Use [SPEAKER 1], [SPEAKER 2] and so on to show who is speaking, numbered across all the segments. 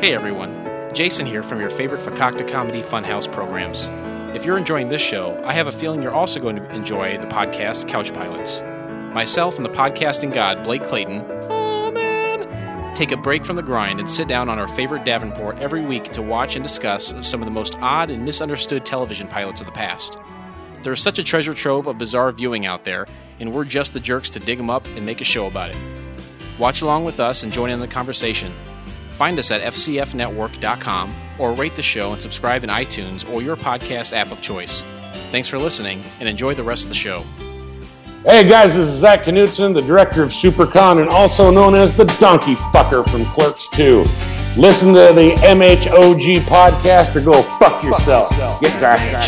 [SPEAKER 1] Hey everyone, Jason here from your favorite Fakakta Comedy Funhouse programs. If you're enjoying this show, I have a feeling you're also going to enjoy the podcast Couch Pilots. Myself and the podcasting god Blake Clayton oh, man, take a break from the grind and sit down on our favorite Davenport every week to watch and discuss some of the most odd and misunderstood television pilots of the past. There is such a treasure trove of bizarre viewing out there, and we're just the jerks to dig them up and make a show about it. Watch along with us and join in the conversation. Find us at fcfnetwork.com or rate the show and subscribe in iTunes or your podcast app of choice. Thanks for listening and enjoy the rest of the show.
[SPEAKER 2] Hey guys, this is Zach Knutson, the director of SuperCon and also known as the Donkey Fucker from Clerks 2. Listen to the MHOG podcast or go fuck yourself. Get back.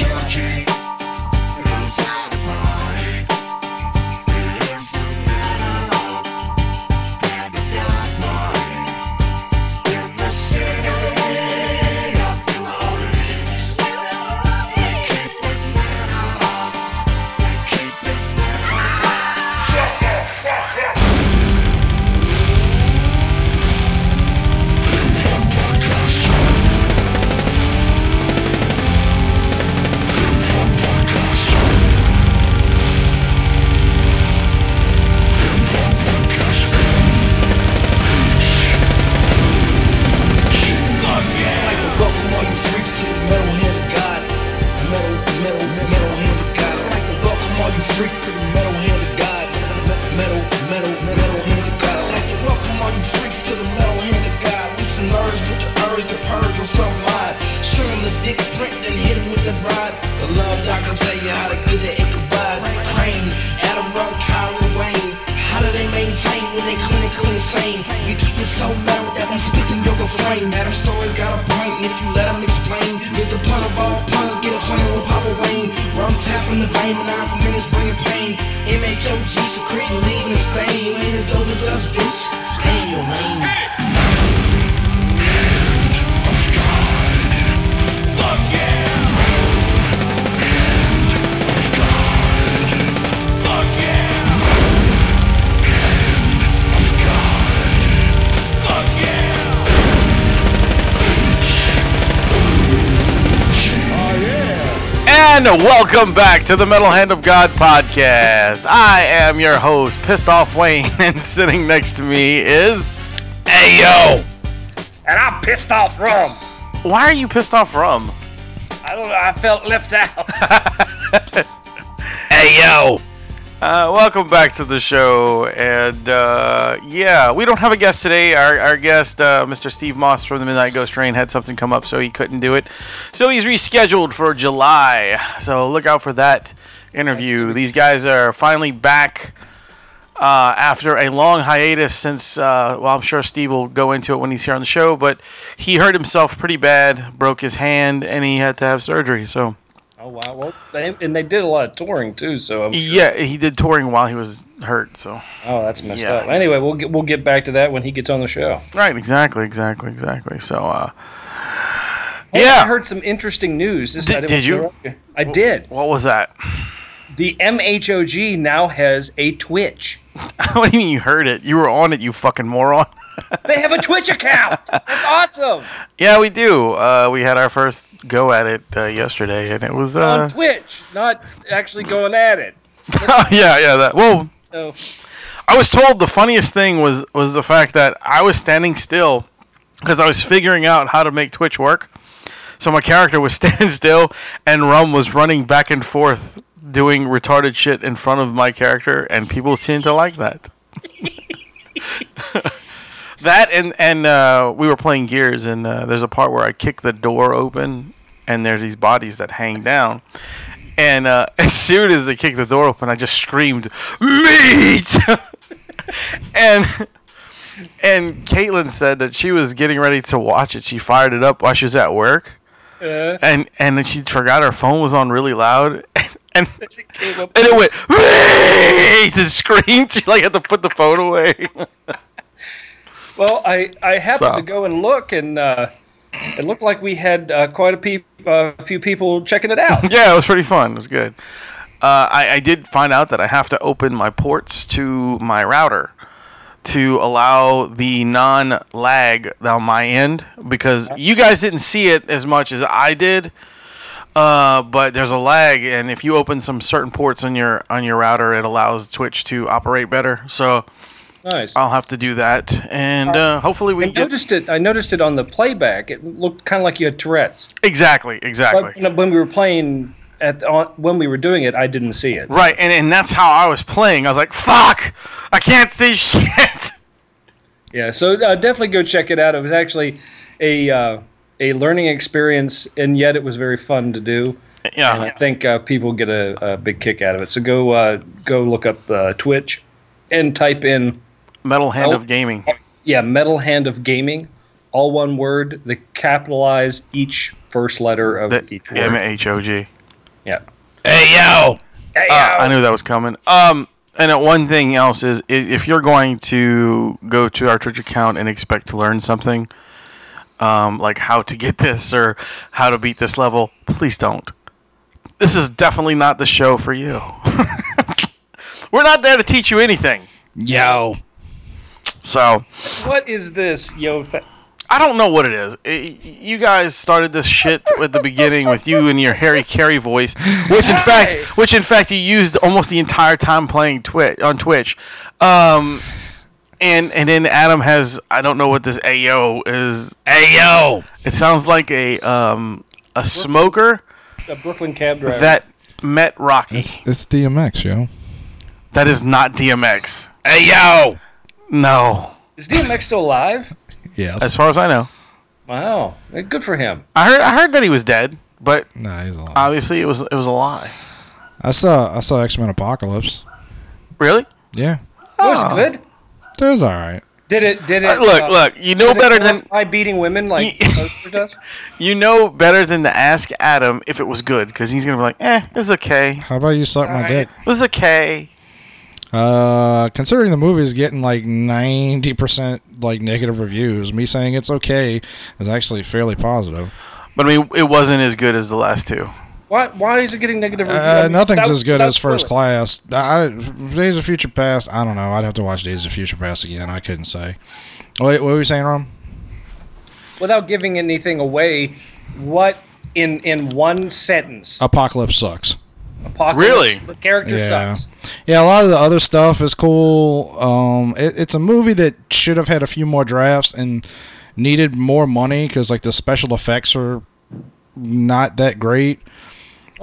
[SPEAKER 3] And welcome back to the Metal Hand of God podcast. I am your host, Pissed Off Wayne, and sitting next to me is Ayo.
[SPEAKER 4] And I'm pissed off rum.
[SPEAKER 3] Why are you pissed off rum?
[SPEAKER 4] I don't know. I felt left out.
[SPEAKER 3] Ayo. Uh, welcome back to the show, and uh, yeah, we don't have a guest today. Our, our guest, uh, Mr. Steve Moss from the Midnight Ghost Train, had something come up, so he couldn't do it. So he's rescheduled for July. So look out for that interview. These guys are finally back uh, after a long hiatus since, uh, well, I'm sure Steve will go into it when he's here on the show, but he hurt himself pretty bad, broke his hand, and he had to have surgery. So.
[SPEAKER 4] Oh wow! Well, they, and they did a lot of touring too. So I'm sure-
[SPEAKER 3] Yeah, he did touring while he was hurt. So
[SPEAKER 4] Oh, that's messed
[SPEAKER 3] Yeah.
[SPEAKER 4] up. Anyway, we'll get we'll get back to that when he gets on the show.
[SPEAKER 3] right, exactly, exactly, exactly. So uh,
[SPEAKER 4] Hey,
[SPEAKER 3] yeah,
[SPEAKER 4] I heard some interesting news. This
[SPEAKER 3] Did-
[SPEAKER 4] I didn't
[SPEAKER 3] did
[SPEAKER 4] want to interrupt I did.
[SPEAKER 3] what was that?
[SPEAKER 4] The MHOG now has a Twitch.
[SPEAKER 3] what do you mean you heard it? You were on it, you fucking moron.
[SPEAKER 4] They have a Twitch account. That's awesome
[SPEAKER 3] yeah, we do. Uh, we had our first go at it uh, yesterday, and it was uh,
[SPEAKER 4] on Twitch, not actually going at it.
[SPEAKER 3] yeah, yeah. That well,
[SPEAKER 4] So
[SPEAKER 3] I was told the funniest thing was was the fact that I was standing still because I was figuring out how to make Twitch work. So my character was standing still, and Rum was running back and forth doing retarded shit in front of my character, and people seemed to like that. that and and uh, we were playing Gears, and uh, there's a part where I kick the door open, and there's these bodies that hang down. And uh, as soon as they kicked the door open, I just screamed, "Meat!" and and Caitlin said that she was getting ready to watch it. She fired it up while she was at work, and and then she forgot her phone was on really loud, and and,
[SPEAKER 4] came up-
[SPEAKER 3] it went "Meat!" and screamed. She like had to put the phone away.
[SPEAKER 4] Well, I, I happened
[SPEAKER 3] So-
[SPEAKER 4] to go and look, and uh, it looked like we had uh, quite a peop uh, few people checking it out.
[SPEAKER 3] yeah, it was pretty fun. It was good. Uh, I, I did find out that I have to open my ports to my router. to allow the non lag on my end because you guys didn't see it as much as I did. Uh, but there's a lag, and if you open some certain ports on your on your router, it allows Twitch to operate better. So
[SPEAKER 4] Nice.
[SPEAKER 3] I'll have to do that, and uh, hopefully we
[SPEAKER 4] I
[SPEAKER 3] get
[SPEAKER 4] noticed it. I noticed it on the playback. It looked kind of like you had Tourette's.
[SPEAKER 3] exactly exactly.
[SPEAKER 4] But you know, when we were playing at on, when we were doing it, I didn't see it.
[SPEAKER 3] Right, and, and that's how I was playing. I was like, fuck, I can't see shit.
[SPEAKER 4] Yeah. So uh, definitely go check it out. It was actually a uh, a learning experience, and yet it was very fun to do. And I
[SPEAKER 3] Yeah,
[SPEAKER 4] think uh, people get a, a big kick out of it. So go uh, go look up uh, Twitch and type in
[SPEAKER 3] Metal Hand of Gaming.
[SPEAKER 4] yeah Metal Hand of Gaming, all one word. The capitalize each first letter of each word.
[SPEAKER 3] M H O G.
[SPEAKER 4] yeah.
[SPEAKER 3] Hey yo!
[SPEAKER 4] Hey,
[SPEAKER 3] I knew that was coming. Um, and uh, one thing else is, i if you're going to go to our Twitch account and expect to learn something, um, like how to get this or how to beat this level, please don't. This is definitely not the show for you. We're not there to teach you anything.
[SPEAKER 5] Yo.
[SPEAKER 3] So
[SPEAKER 4] What is this, yo? Fa-
[SPEAKER 3] I don't know what it is. I- you guys started this shit at the beginning with you and your Harry Carey voice, which in fact, which in fact you used almost the entire time playing Twitch on Twitch. Um, and and then Adam has I don't know what this AO is.
[SPEAKER 5] Yo.
[SPEAKER 3] It sounds like a um a smoker
[SPEAKER 4] a Brooklyn cab driver.
[SPEAKER 3] that met Rocky.
[SPEAKER 6] It's, it's DMX, yo.
[SPEAKER 3] That is not DMX.
[SPEAKER 5] Hey yo.
[SPEAKER 3] No,
[SPEAKER 4] is DMX still alive?
[SPEAKER 6] Yes.
[SPEAKER 3] as far as I know,
[SPEAKER 4] Wow, Eh, good for him.
[SPEAKER 3] I heard I heard that he was dead, but
[SPEAKER 6] Nah, he's alive.
[SPEAKER 3] obviously it was it was a lie.
[SPEAKER 6] I saw I saw X Men Apocalypse.
[SPEAKER 3] Really?
[SPEAKER 6] Yeah,
[SPEAKER 4] Was it good?
[SPEAKER 6] it was all right.
[SPEAKER 4] Did it? Did it?
[SPEAKER 3] Uh, look,
[SPEAKER 4] uh,
[SPEAKER 3] look, you know
[SPEAKER 4] did it
[SPEAKER 3] better
[SPEAKER 4] go
[SPEAKER 3] than
[SPEAKER 4] off by beating women like Oprah does?
[SPEAKER 3] you know better than to ask Adam if it was good because he's gonna be like, eh, this is okay,
[SPEAKER 6] How about you suck my dick?
[SPEAKER 3] this is okay.
[SPEAKER 6] Uh, considering the movie is getting like ninety percent like negative reviews, me saying it's okay is actually fairly positive.
[SPEAKER 3] But I mean, it wasn't as good as the last two.
[SPEAKER 4] Why? Why is it getting negative? reviews? I
[SPEAKER 6] Uh,
[SPEAKER 4] mean,
[SPEAKER 6] nothing's
[SPEAKER 4] without-
[SPEAKER 6] as good
[SPEAKER 4] without
[SPEAKER 6] as First
[SPEAKER 4] spoilers.
[SPEAKER 6] Class. I, I- Days of Future Past. I don't know. I'd have to watch Days of Future Past again. I couldn't say. What, what were you saying, Rom?
[SPEAKER 4] Without giving anything away, what in in one
[SPEAKER 6] Uh,
[SPEAKER 4] sentence?
[SPEAKER 6] Apocalypse sucks.
[SPEAKER 4] Apocalypse,
[SPEAKER 3] Really?
[SPEAKER 4] The character
[SPEAKER 6] Yeah.
[SPEAKER 4] sucks.
[SPEAKER 6] Yeah, a lot of the other stuff is cool. Um, it, it's a movie that should have had a few more drafts and needed more money because like the special effects are not that great.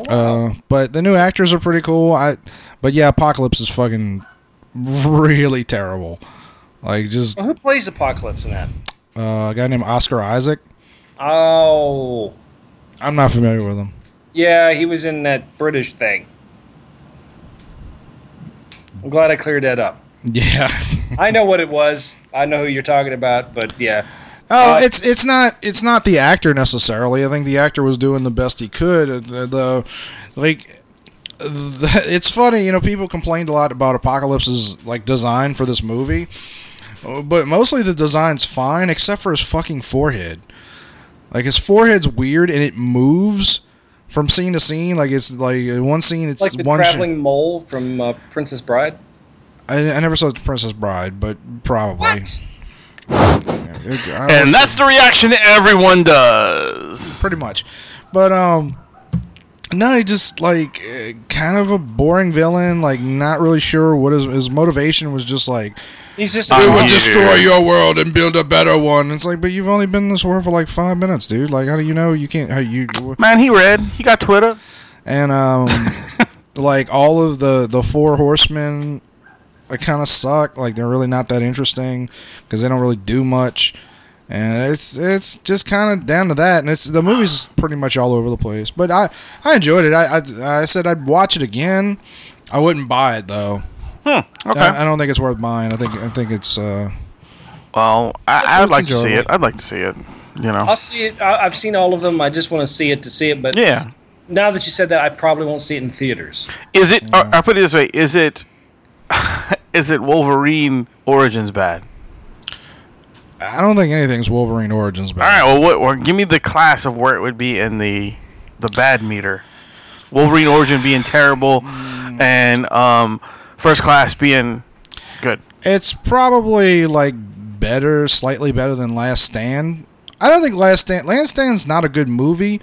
[SPEAKER 6] Uh, but the new actors are pretty cool. I, but yeah, Apocalypse is fucking really terrible. Like just
[SPEAKER 4] Well, who plays Apocalypse in that?
[SPEAKER 6] uh, a guy named Oscar Isaac.
[SPEAKER 4] Oh,
[SPEAKER 6] I'm not familiar with him.
[SPEAKER 4] yeah, he was in that British thing. I'm glad I cleared that up.
[SPEAKER 6] Yeah.
[SPEAKER 4] I know what it was. I know who you're talking about, but yeah. Uh,
[SPEAKER 6] Oh, it's it's not it's not the actor necessarily. I think the actor was doing the best he could. Uh, The, the like the, it's funny, you know, people complained a lot about Apocalypse's like design for this movie. Uh, But mostly the design's fine except for his fucking forehead. Like his forehead's weird and it moves from scene to scene like it's like in one scene it's
[SPEAKER 4] Like the
[SPEAKER 6] one sh-
[SPEAKER 4] traveling mole from uh, Princess Bride.
[SPEAKER 6] I, I never saw The Princess Bride, but probably. It- I
[SPEAKER 3] And
[SPEAKER 6] was-
[SPEAKER 3] that's the reaction everyone does.
[SPEAKER 6] pretty much. But um, no, he just like uh, kind of a boring villain. Like not really sure what his his motivation was. Just like
[SPEAKER 4] He's just
[SPEAKER 6] we would
[SPEAKER 3] Uh, yeah.
[SPEAKER 6] destroy your world and build a better one. It's like, but you've only been in this world for like five minutes, dude. Like how do you know you can't? How you
[SPEAKER 3] Man, he read. He got Twitter.
[SPEAKER 6] and um, like all of the the four horsemen, they kind of suck. Like they're really not that interesting because they don't really do much. And it's it's just kind of down to that, and it's the movie's pretty much all over the place. But I I enjoyed it. I I, I said I'd watch it again. I wouldn't buy it though.
[SPEAKER 3] Okay.
[SPEAKER 6] I, I don't think it's worth buying. I think I think it's uh,
[SPEAKER 3] well, I, I'd
[SPEAKER 6] sounds
[SPEAKER 3] like to see it.
[SPEAKER 6] enjoyable.
[SPEAKER 3] I'd like to see it. You know.
[SPEAKER 4] I'll see it. I, I've seen all of them. I just want to see it to see it. But
[SPEAKER 3] Yeah.
[SPEAKER 4] now that you said that, I probably won't see it in theaters.
[SPEAKER 3] Is it? I I'll put it this way: Is it? is it Wolverine Origins bad?
[SPEAKER 6] I don't think anything's Wolverine Origins.
[SPEAKER 3] All right.
[SPEAKER 6] Bad.
[SPEAKER 3] Well, what? Well, give me the class of where it would be in the the bad meter. Wolverine Origin being terrible, and um, first class being good.
[SPEAKER 6] It's probably like better, slightly better than Last Stand. I don't think Last Stand. Last Stand's not a good movie,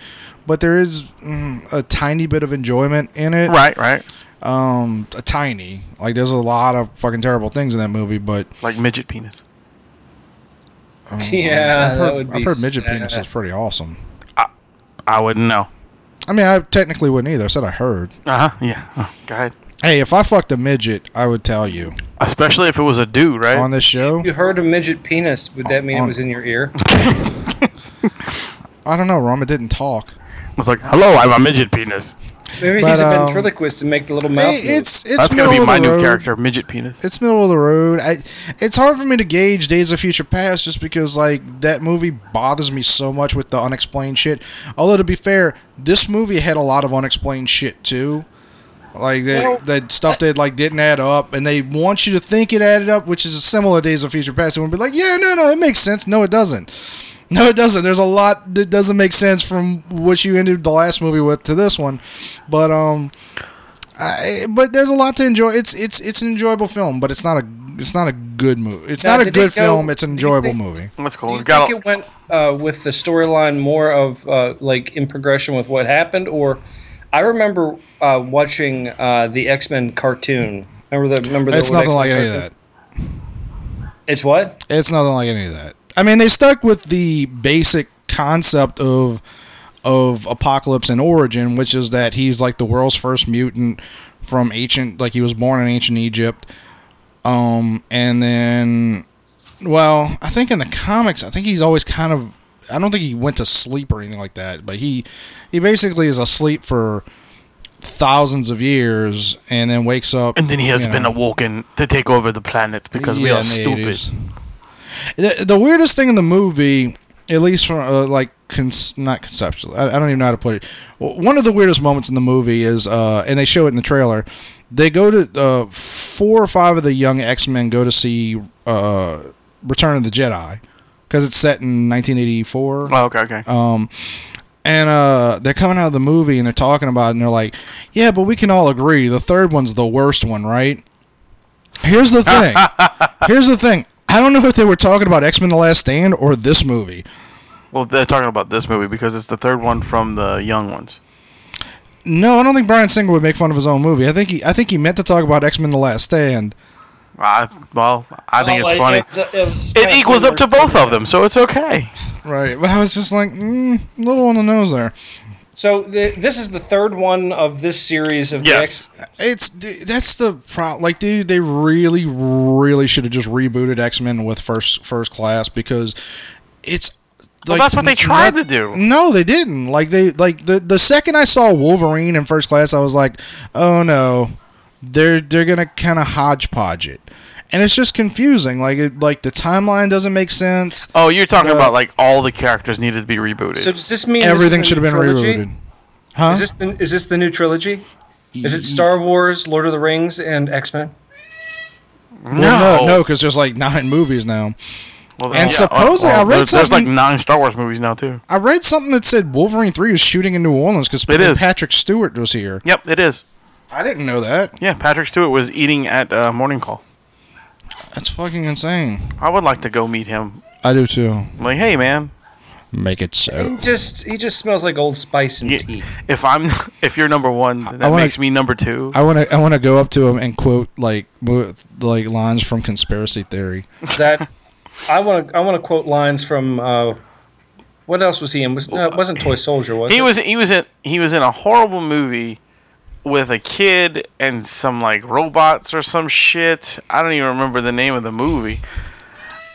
[SPEAKER 6] but there is mm, a tiny bit of enjoyment in it.
[SPEAKER 3] Right, right.
[SPEAKER 6] Um, a tiny. Like there's a lot of fucking terrible things in that movie, but
[SPEAKER 3] Like midget penis.
[SPEAKER 4] yeah,
[SPEAKER 6] Oh, I've
[SPEAKER 4] that
[SPEAKER 6] heard,
[SPEAKER 4] would be
[SPEAKER 6] I've heard midget
[SPEAKER 4] sad.
[SPEAKER 6] penis is pretty awesome.
[SPEAKER 3] I wouldn't know.
[SPEAKER 6] I mean, I technically wouldn't either. I said I heard.
[SPEAKER 3] Uh huh. Yeah. Oh, go ahead.
[SPEAKER 6] Hey, if I fucked a midget, I would tell you
[SPEAKER 3] Especially if it was a dude, right?
[SPEAKER 6] on this show.
[SPEAKER 4] You heard a midget penis? Would that mean it was in your ear?
[SPEAKER 6] I don't know, Rom. It didn't talk.
[SPEAKER 3] I was like, hello, I'm a midget penis.
[SPEAKER 4] Maybe
[SPEAKER 6] But,
[SPEAKER 4] he's a
[SPEAKER 6] um,
[SPEAKER 4] ventriloquist and make the little mouth.
[SPEAKER 6] Hey,
[SPEAKER 4] move.
[SPEAKER 6] it's it's
[SPEAKER 3] That's gonna
[SPEAKER 6] middle
[SPEAKER 3] be
[SPEAKER 6] of the
[SPEAKER 3] my new
[SPEAKER 6] road.
[SPEAKER 3] character, midget penis.
[SPEAKER 6] It's middle of the road. I, it's hard for me to gauge Days of Future Past just because like that movie bothers me so much with the unexplained shit. Although to be fair, this movie had a lot of unexplained shit too. Like that, that stuff that like didn't add up, and they want you to think it added up, which is similar to Days of Future Past. And we'll be like, yeah, no, no, it makes sense. No, it doesn't. No, it doesn't. There's a lot that doesn't make sense from what you ended the last movie with to this one, but um, I, but there's a lot to enjoy. It's it's it's an enjoyable film, but it's not a it's not a good movie. It's
[SPEAKER 4] Now,
[SPEAKER 6] not a
[SPEAKER 4] did it
[SPEAKER 6] good
[SPEAKER 4] go-
[SPEAKER 6] film. It's an
[SPEAKER 4] did you
[SPEAKER 6] enjoyable
[SPEAKER 4] think-
[SPEAKER 6] movie.
[SPEAKER 3] That's
[SPEAKER 4] Do
[SPEAKER 3] cool.
[SPEAKER 4] you
[SPEAKER 3] It's got
[SPEAKER 4] think
[SPEAKER 3] a,
[SPEAKER 4] it went uh, with the storyline more of uh, like in progression with what happened, or I remember uh, watching uh, the X Men cartoon. Remember the remember the
[SPEAKER 6] It's
[SPEAKER 4] old
[SPEAKER 6] nothing like
[SPEAKER 4] X-Men
[SPEAKER 6] any of that.
[SPEAKER 4] cartoon? It's what?
[SPEAKER 6] It's nothing like any of that. I mean, they stuck with the basic concept of of apocalypse and origin, which is that he's like the world's first mutant from ancient, like he was born in ancient Egypt. Um, and then, well, I think in the comics, I think he's always kind of. I don't think he went to sleep or anything like that, but he he basically is asleep for thousands of years and then wakes up
[SPEAKER 3] and then he has
[SPEAKER 6] you know.
[SPEAKER 3] been awoken to take over the planet because we
[SPEAKER 6] Yeah,
[SPEAKER 3] are
[SPEAKER 6] in the
[SPEAKER 3] stupid.
[SPEAKER 6] 80s. The, the weirdest thing in the movie, at least from uh, like cons- not conceptual, I, I don't even know how to put it. W- One of the weirdest moments in the movie is, uh, and they show it in the trailer. They go to uh, four or five of the young X Men go to see uh, Return of the Jedi because it's set in 1984
[SPEAKER 3] Oh, okay, okay.
[SPEAKER 6] Uh, and uh, they're coming out of the movie and they're talking about it and they're like, yeah, but we can all agree the third one's the worst one, right? Here's the thing. Here's the thing. I don't know if they were talking about X Men: The Last Stand or this movie.
[SPEAKER 3] well, they're talking about this movie because it's the third one from the young ones.
[SPEAKER 6] No, I don't think Brian Singer would make fun of his own movie. I think he, I think he meant to talk about X Men: The Last Stand.
[SPEAKER 3] I, well, I think
[SPEAKER 4] Well,
[SPEAKER 3] it's
[SPEAKER 4] Oh, it-
[SPEAKER 3] funny.
[SPEAKER 4] it's- it was
[SPEAKER 3] it
[SPEAKER 4] kinda
[SPEAKER 3] equals up to
[SPEAKER 4] similar.
[SPEAKER 3] both of them, so it's okay.
[SPEAKER 6] Right, but I was just like, mm, little on the nose there.
[SPEAKER 4] So the, this is the third one of this series of the
[SPEAKER 3] Yes.
[SPEAKER 4] X-
[SPEAKER 6] It's d- that's the problem. Like, dude, they really, really should have just rebooted X Men with first first class because it's. Like,
[SPEAKER 3] that's what they
[SPEAKER 6] n-
[SPEAKER 3] tried to do.
[SPEAKER 6] No, they didn't. Like they like the the second I saw Wolverine in first class, I was like, oh no, they're they're gonna kind of hodgepodge it, and it's just confusing. Like it like the timeline doesn't make sense.
[SPEAKER 3] Oh, you're talking
[SPEAKER 6] The-
[SPEAKER 3] about like all the characters needed to be rebooted.
[SPEAKER 4] So does this mean this is
[SPEAKER 6] Everything
[SPEAKER 4] the
[SPEAKER 6] should have
[SPEAKER 4] new
[SPEAKER 6] been
[SPEAKER 4] trilogy?
[SPEAKER 6] rebooted. Huh?
[SPEAKER 4] Is this the, is this the new trilogy? Is it Star Wars, Lord of the Rings, and X Men?
[SPEAKER 6] Well,
[SPEAKER 3] No.
[SPEAKER 6] no, no, because there's like nine movies now.
[SPEAKER 3] Well,
[SPEAKER 6] and
[SPEAKER 3] yeah, well,
[SPEAKER 6] supposedly I
[SPEAKER 3] well,
[SPEAKER 6] read
[SPEAKER 3] there's, there's like
[SPEAKER 6] something-
[SPEAKER 3] nine Star Wars movies now too.
[SPEAKER 6] I read something that said Wolverine three is shooting in New Orleans because
[SPEAKER 3] is.
[SPEAKER 6] Patrick Stewart was here.
[SPEAKER 3] Yep, it is.
[SPEAKER 6] I didn't know that.
[SPEAKER 3] Yeah, Patrick Stewart was eating at uh, Morning Call.
[SPEAKER 6] That's fucking insane.
[SPEAKER 3] I would like to go meet him.
[SPEAKER 6] I do too.
[SPEAKER 3] I'm like, hey man,
[SPEAKER 6] Make it so.
[SPEAKER 4] Just he just smells like old spice and
[SPEAKER 3] y-
[SPEAKER 4] tea.
[SPEAKER 3] if I'm if you're number one, then that
[SPEAKER 6] wanna-
[SPEAKER 3] makes me number two.
[SPEAKER 6] I want to. I want to go up to him and quote like mo- like lines from conspiracy theory.
[SPEAKER 4] That I want to I want to quote lines from uh, what else was he in? Was no, it wasn't Toy Soldier? Was
[SPEAKER 3] he
[SPEAKER 4] it?
[SPEAKER 3] was he was in he was in a horrible movie with a kid and some like robots or some shit. I don't even remember the name of the movie.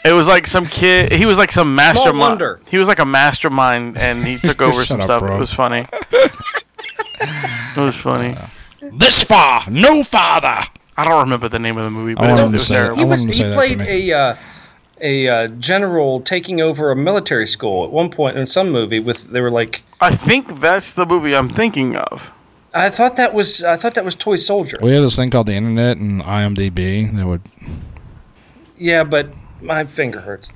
[SPEAKER 3] It was like some kid. He was like some mastermind.
[SPEAKER 4] wonder.
[SPEAKER 3] He was like a mastermind, and he took over
[SPEAKER 6] Shut
[SPEAKER 3] some
[SPEAKER 6] up,
[SPEAKER 3] stuff.
[SPEAKER 6] bro.
[SPEAKER 3] It was funny. it was funny.
[SPEAKER 5] This far, no farther.
[SPEAKER 3] I don't remember the name of the movie, but it
[SPEAKER 6] wanted
[SPEAKER 3] was,
[SPEAKER 6] to
[SPEAKER 3] it was
[SPEAKER 6] say
[SPEAKER 3] terrible.
[SPEAKER 4] he
[SPEAKER 6] I
[SPEAKER 4] was
[SPEAKER 6] wanted
[SPEAKER 4] he
[SPEAKER 6] to say that to
[SPEAKER 4] played a uh, a uh, general taking over a military school at one point in some movie with they were like
[SPEAKER 3] I think that's the movie I'm thinking of.
[SPEAKER 4] I thought that was I thought that was Toy Soldier.
[SPEAKER 6] We had this thing called the internet and IMDb that would
[SPEAKER 4] Yeah, but my finger hurts.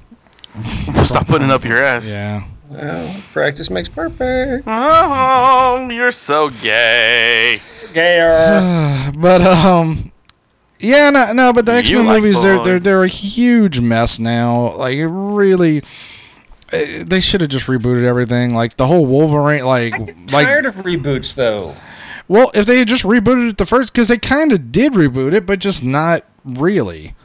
[SPEAKER 3] Stop putting up your ass.
[SPEAKER 6] yeah.
[SPEAKER 4] Practice makes perfect.
[SPEAKER 3] Oh, you're so gay.
[SPEAKER 4] Gayer.
[SPEAKER 6] But um, Yeah, no, no, but the X Men
[SPEAKER 3] like
[SPEAKER 6] movies they're they're
[SPEAKER 3] bugs.
[SPEAKER 6] they're a huge mess now. Like it really, eh, they should have just rebooted everything. Like the whole Wolverine, like
[SPEAKER 4] Tired
[SPEAKER 6] like
[SPEAKER 4] of reboots though.
[SPEAKER 6] well, if they had just rebooted it the first, because they kind of did reboot it, but just not really.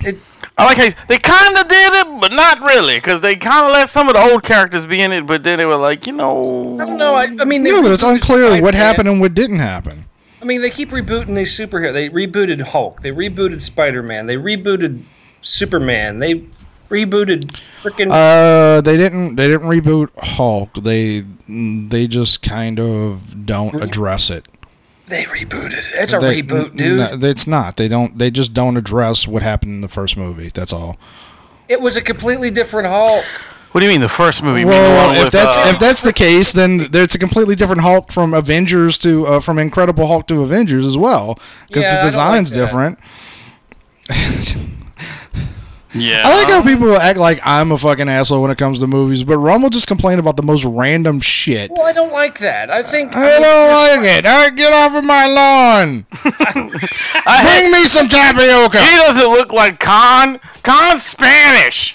[SPEAKER 4] It,
[SPEAKER 3] I like how he's, they kind of did it, but not really, because they kind of let some of the old characters be in it, but then they were like, you know,
[SPEAKER 4] I don't know. I, I mean, they
[SPEAKER 6] Yeah, but it's
[SPEAKER 4] rebooted
[SPEAKER 6] unclear
[SPEAKER 4] Spider-Man.
[SPEAKER 6] what happened and what didn't happen.
[SPEAKER 4] I mean, they keep rebooting these superhero. They rebooted Hulk. They rebooted Spider Man. They rebooted Superman. They rebooted freaking.
[SPEAKER 6] Uh, they didn't. They didn't reboot Hulk. They they just kind of don't address it.
[SPEAKER 4] they rebooted. it. Mm-hmm. It's a
[SPEAKER 6] They-
[SPEAKER 4] reboot, dude.
[SPEAKER 6] n- it's not. They don't. They just don't address what happened in the first movie. That's all.
[SPEAKER 4] It was a completely different Hulk.
[SPEAKER 3] what do you mean the first movie? You mean the one
[SPEAKER 6] Well, if
[SPEAKER 3] with,
[SPEAKER 6] that's
[SPEAKER 3] uh,
[SPEAKER 6] if that's the case, then there's a completely different Hulk from Avengers to uh, from Incredible Hulk to Avengers as well, because
[SPEAKER 4] Yeah, I
[SPEAKER 6] the
[SPEAKER 4] don't
[SPEAKER 6] design's
[SPEAKER 4] like that.
[SPEAKER 6] different.
[SPEAKER 3] yeah,
[SPEAKER 6] I like
[SPEAKER 4] Um,
[SPEAKER 6] how people act like I'm a fucking asshole when it comes to movies, but Ron will just complain about the most random shit.
[SPEAKER 4] Well, I don't like that. I think.
[SPEAKER 6] I don't like it. All right, get off of my lawn. Bring me some tapioca.
[SPEAKER 3] he doesn't look like Con. Con's Spanish.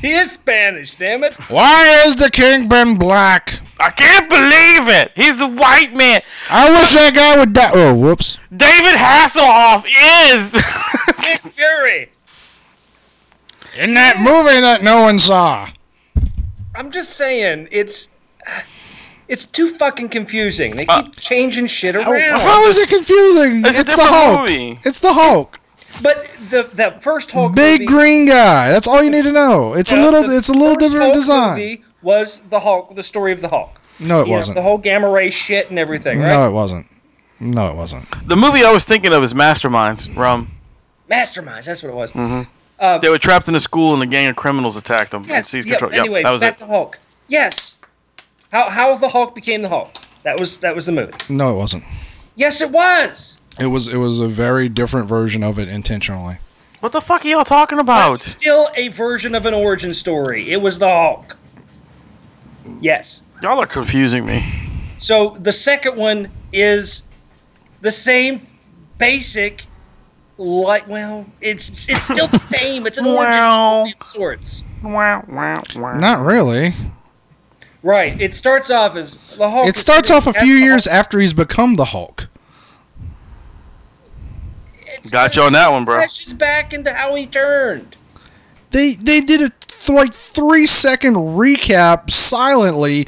[SPEAKER 4] He is Spanish, damn it.
[SPEAKER 6] Why is the king been black?
[SPEAKER 3] I can't believe it. He's a white man.
[SPEAKER 6] I wish that guy would die. Oh, whoops.
[SPEAKER 3] David Hasselhoff is.
[SPEAKER 4] Nick Fury.
[SPEAKER 6] In that movie that no one saw.
[SPEAKER 4] I'm just saying, it's. It's too fucking confusing. They keep changing shit around.
[SPEAKER 6] Uh, How is it confusing?
[SPEAKER 3] It's
[SPEAKER 6] It's,
[SPEAKER 3] a
[SPEAKER 6] the
[SPEAKER 3] different
[SPEAKER 6] Hulk.
[SPEAKER 3] movie.
[SPEAKER 6] It's the Hulk.
[SPEAKER 4] But the the first Hulk
[SPEAKER 6] Big
[SPEAKER 4] movie,
[SPEAKER 6] green guy. That's all you need to know. It's a
[SPEAKER 4] the-
[SPEAKER 6] little.
[SPEAKER 4] the
[SPEAKER 6] It's a little
[SPEAKER 4] first
[SPEAKER 6] different
[SPEAKER 4] Hulk
[SPEAKER 6] design.
[SPEAKER 4] movie was the Hulk, the story of the Hulk.
[SPEAKER 6] No, it
[SPEAKER 4] Yeah,
[SPEAKER 6] wasn't.
[SPEAKER 4] the whole gamma ray shit and everything, right?
[SPEAKER 6] No, it wasn't. No, it wasn't.
[SPEAKER 3] the movie I was thinking of is Masterminds. Rum.
[SPEAKER 4] Masterminds, that's what it was.
[SPEAKER 3] Mm-hmm. They were trapped in a school and a gang of criminals attacked them. and
[SPEAKER 4] Yes,
[SPEAKER 3] seized
[SPEAKER 4] yep,
[SPEAKER 3] control. Yep,
[SPEAKER 4] anyway,
[SPEAKER 3] that was
[SPEAKER 4] back
[SPEAKER 3] it.
[SPEAKER 4] to Hulk. Yes. How how the Hulk became the Hulk. That was that was the movie.
[SPEAKER 6] No, it wasn't.
[SPEAKER 4] Yes, it was.
[SPEAKER 6] It was. It was a very different version of it intentionally.
[SPEAKER 3] What the fuck are y'all talking about?
[SPEAKER 4] Still a version of an origin story. It was the Hulk. Yes.
[SPEAKER 3] Y'all are confusing me.
[SPEAKER 4] So the second one is the same basic like well, it's it's still the same. It's an origin
[SPEAKER 3] Well.
[SPEAKER 4] story of sorts.
[SPEAKER 3] Wow, wow, wow.
[SPEAKER 6] Not really.
[SPEAKER 4] Right. It starts off as the Hulk.
[SPEAKER 6] It starts off a few years after he's become the Hulk.
[SPEAKER 3] Got you on that one, bro.
[SPEAKER 4] Flashes back into how he turned.
[SPEAKER 6] They they did a th- like three second recap silently,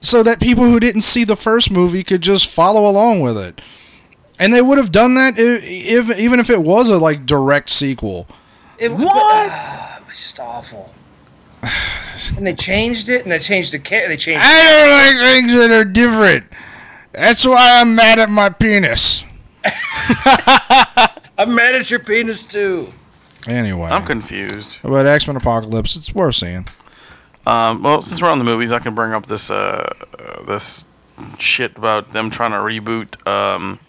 [SPEAKER 6] so that people who didn't see the first movie could just follow along with it. And they would have done that if, if even if it was a like direct sequel.
[SPEAKER 4] It was. it was just awful. And they changed it, and they changed the care. They changed.
[SPEAKER 6] I don't like things that are different. That's why I'm mad at my penis.
[SPEAKER 4] I'm mad at your penis too.
[SPEAKER 6] Anyway,
[SPEAKER 3] I'm confused.
[SPEAKER 6] but X Men Apocalypse, it's worth seeing.
[SPEAKER 3] Um, well, since we're on the movies, I can bring up this uh, uh, this shit about them trying to reboot um,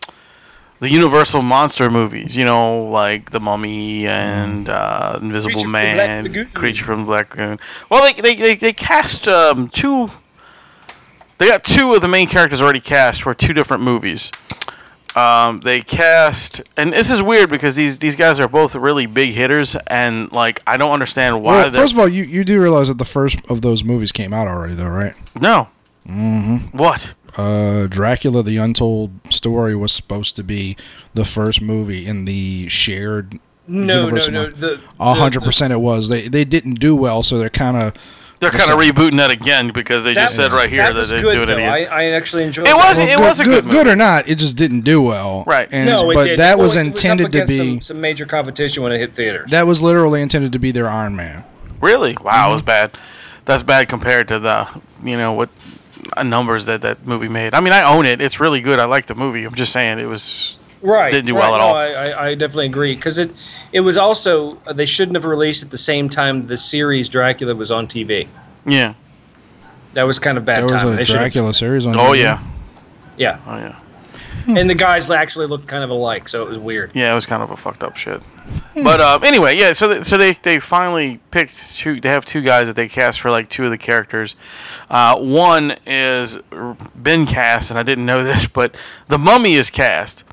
[SPEAKER 3] the Universal monster movies. You know, like The Mummy and uh, Invisible
[SPEAKER 4] Creature from
[SPEAKER 3] Man,
[SPEAKER 4] Black Lagoon.
[SPEAKER 3] Creature from the Black Lagoon. Well, they they they, they cast um, two. They got two of the main characters already cast for two different movies. Um, they cast, and this is weird because these these guys are both really big hitters, and like I don't understand why.
[SPEAKER 6] Well,
[SPEAKER 3] they're-
[SPEAKER 6] first of all, you, you do realize that the first of those movies came out already, though, right?
[SPEAKER 3] no. Mm-hmm. What?
[SPEAKER 6] Uh, Dracula: The Untold Story was supposed to be the first movie in the shared.
[SPEAKER 4] No, no,
[SPEAKER 6] universe
[SPEAKER 4] no.
[SPEAKER 6] amount.
[SPEAKER 4] The
[SPEAKER 6] A hundred percent, it was. They they didn't do well, so they're kind of.
[SPEAKER 3] They're kind of rebooting that again because they just said right here that,
[SPEAKER 4] was
[SPEAKER 3] they
[SPEAKER 4] good,
[SPEAKER 3] do it
[SPEAKER 4] though.
[SPEAKER 3] again.
[SPEAKER 4] I, I actually enjoyed.
[SPEAKER 3] It
[SPEAKER 4] that.
[SPEAKER 3] was- it
[SPEAKER 6] good,
[SPEAKER 3] was a good movie.
[SPEAKER 6] or not, it just didn't do well.
[SPEAKER 3] Right.
[SPEAKER 6] And,
[SPEAKER 4] No, it
[SPEAKER 6] but
[SPEAKER 4] did.
[SPEAKER 6] that
[SPEAKER 4] Well,
[SPEAKER 6] was
[SPEAKER 4] it up
[SPEAKER 6] intended to
[SPEAKER 4] against
[SPEAKER 6] be.
[SPEAKER 4] some, some major competition when it hit theaters.
[SPEAKER 6] That was literally intended to be their Iron Man.
[SPEAKER 3] really? Wow, it was bad. That's bad compared to the you know what uh, numbers that that movie made. I mean, I own it. It's really good. I like the movie. I'm just saying it was.
[SPEAKER 4] right.
[SPEAKER 3] didn't do
[SPEAKER 4] right,
[SPEAKER 3] well at
[SPEAKER 4] no,
[SPEAKER 3] all.
[SPEAKER 4] I, I, I definitely agree because it it was also uh, they shouldn't have released at the same time the series Dracula was on TV.
[SPEAKER 3] Yeah.
[SPEAKER 4] That was kind of bad
[SPEAKER 6] There was
[SPEAKER 4] timing.
[SPEAKER 6] a
[SPEAKER 4] They should have-
[SPEAKER 6] Dracula series on.
[SPEAKER 3] Oh
[SPEAKER 6] TV.
[SPEAKER 3] yeah.
[SPEAKER 4] yeah.
[SPEAKER 3] Oh yeah.
[SPEAKER 4] And the guys actually looked kind of alike, so it was weird.
[SPEAKER 3] Yeah, it was kind of a fucked up shit. But um, anyway, yeah. So they, so they they finally picked two. They have two guys that they cast for like two of the characters. Uh, one is r- been cast, and I didn't know this, but the Mummy is cast.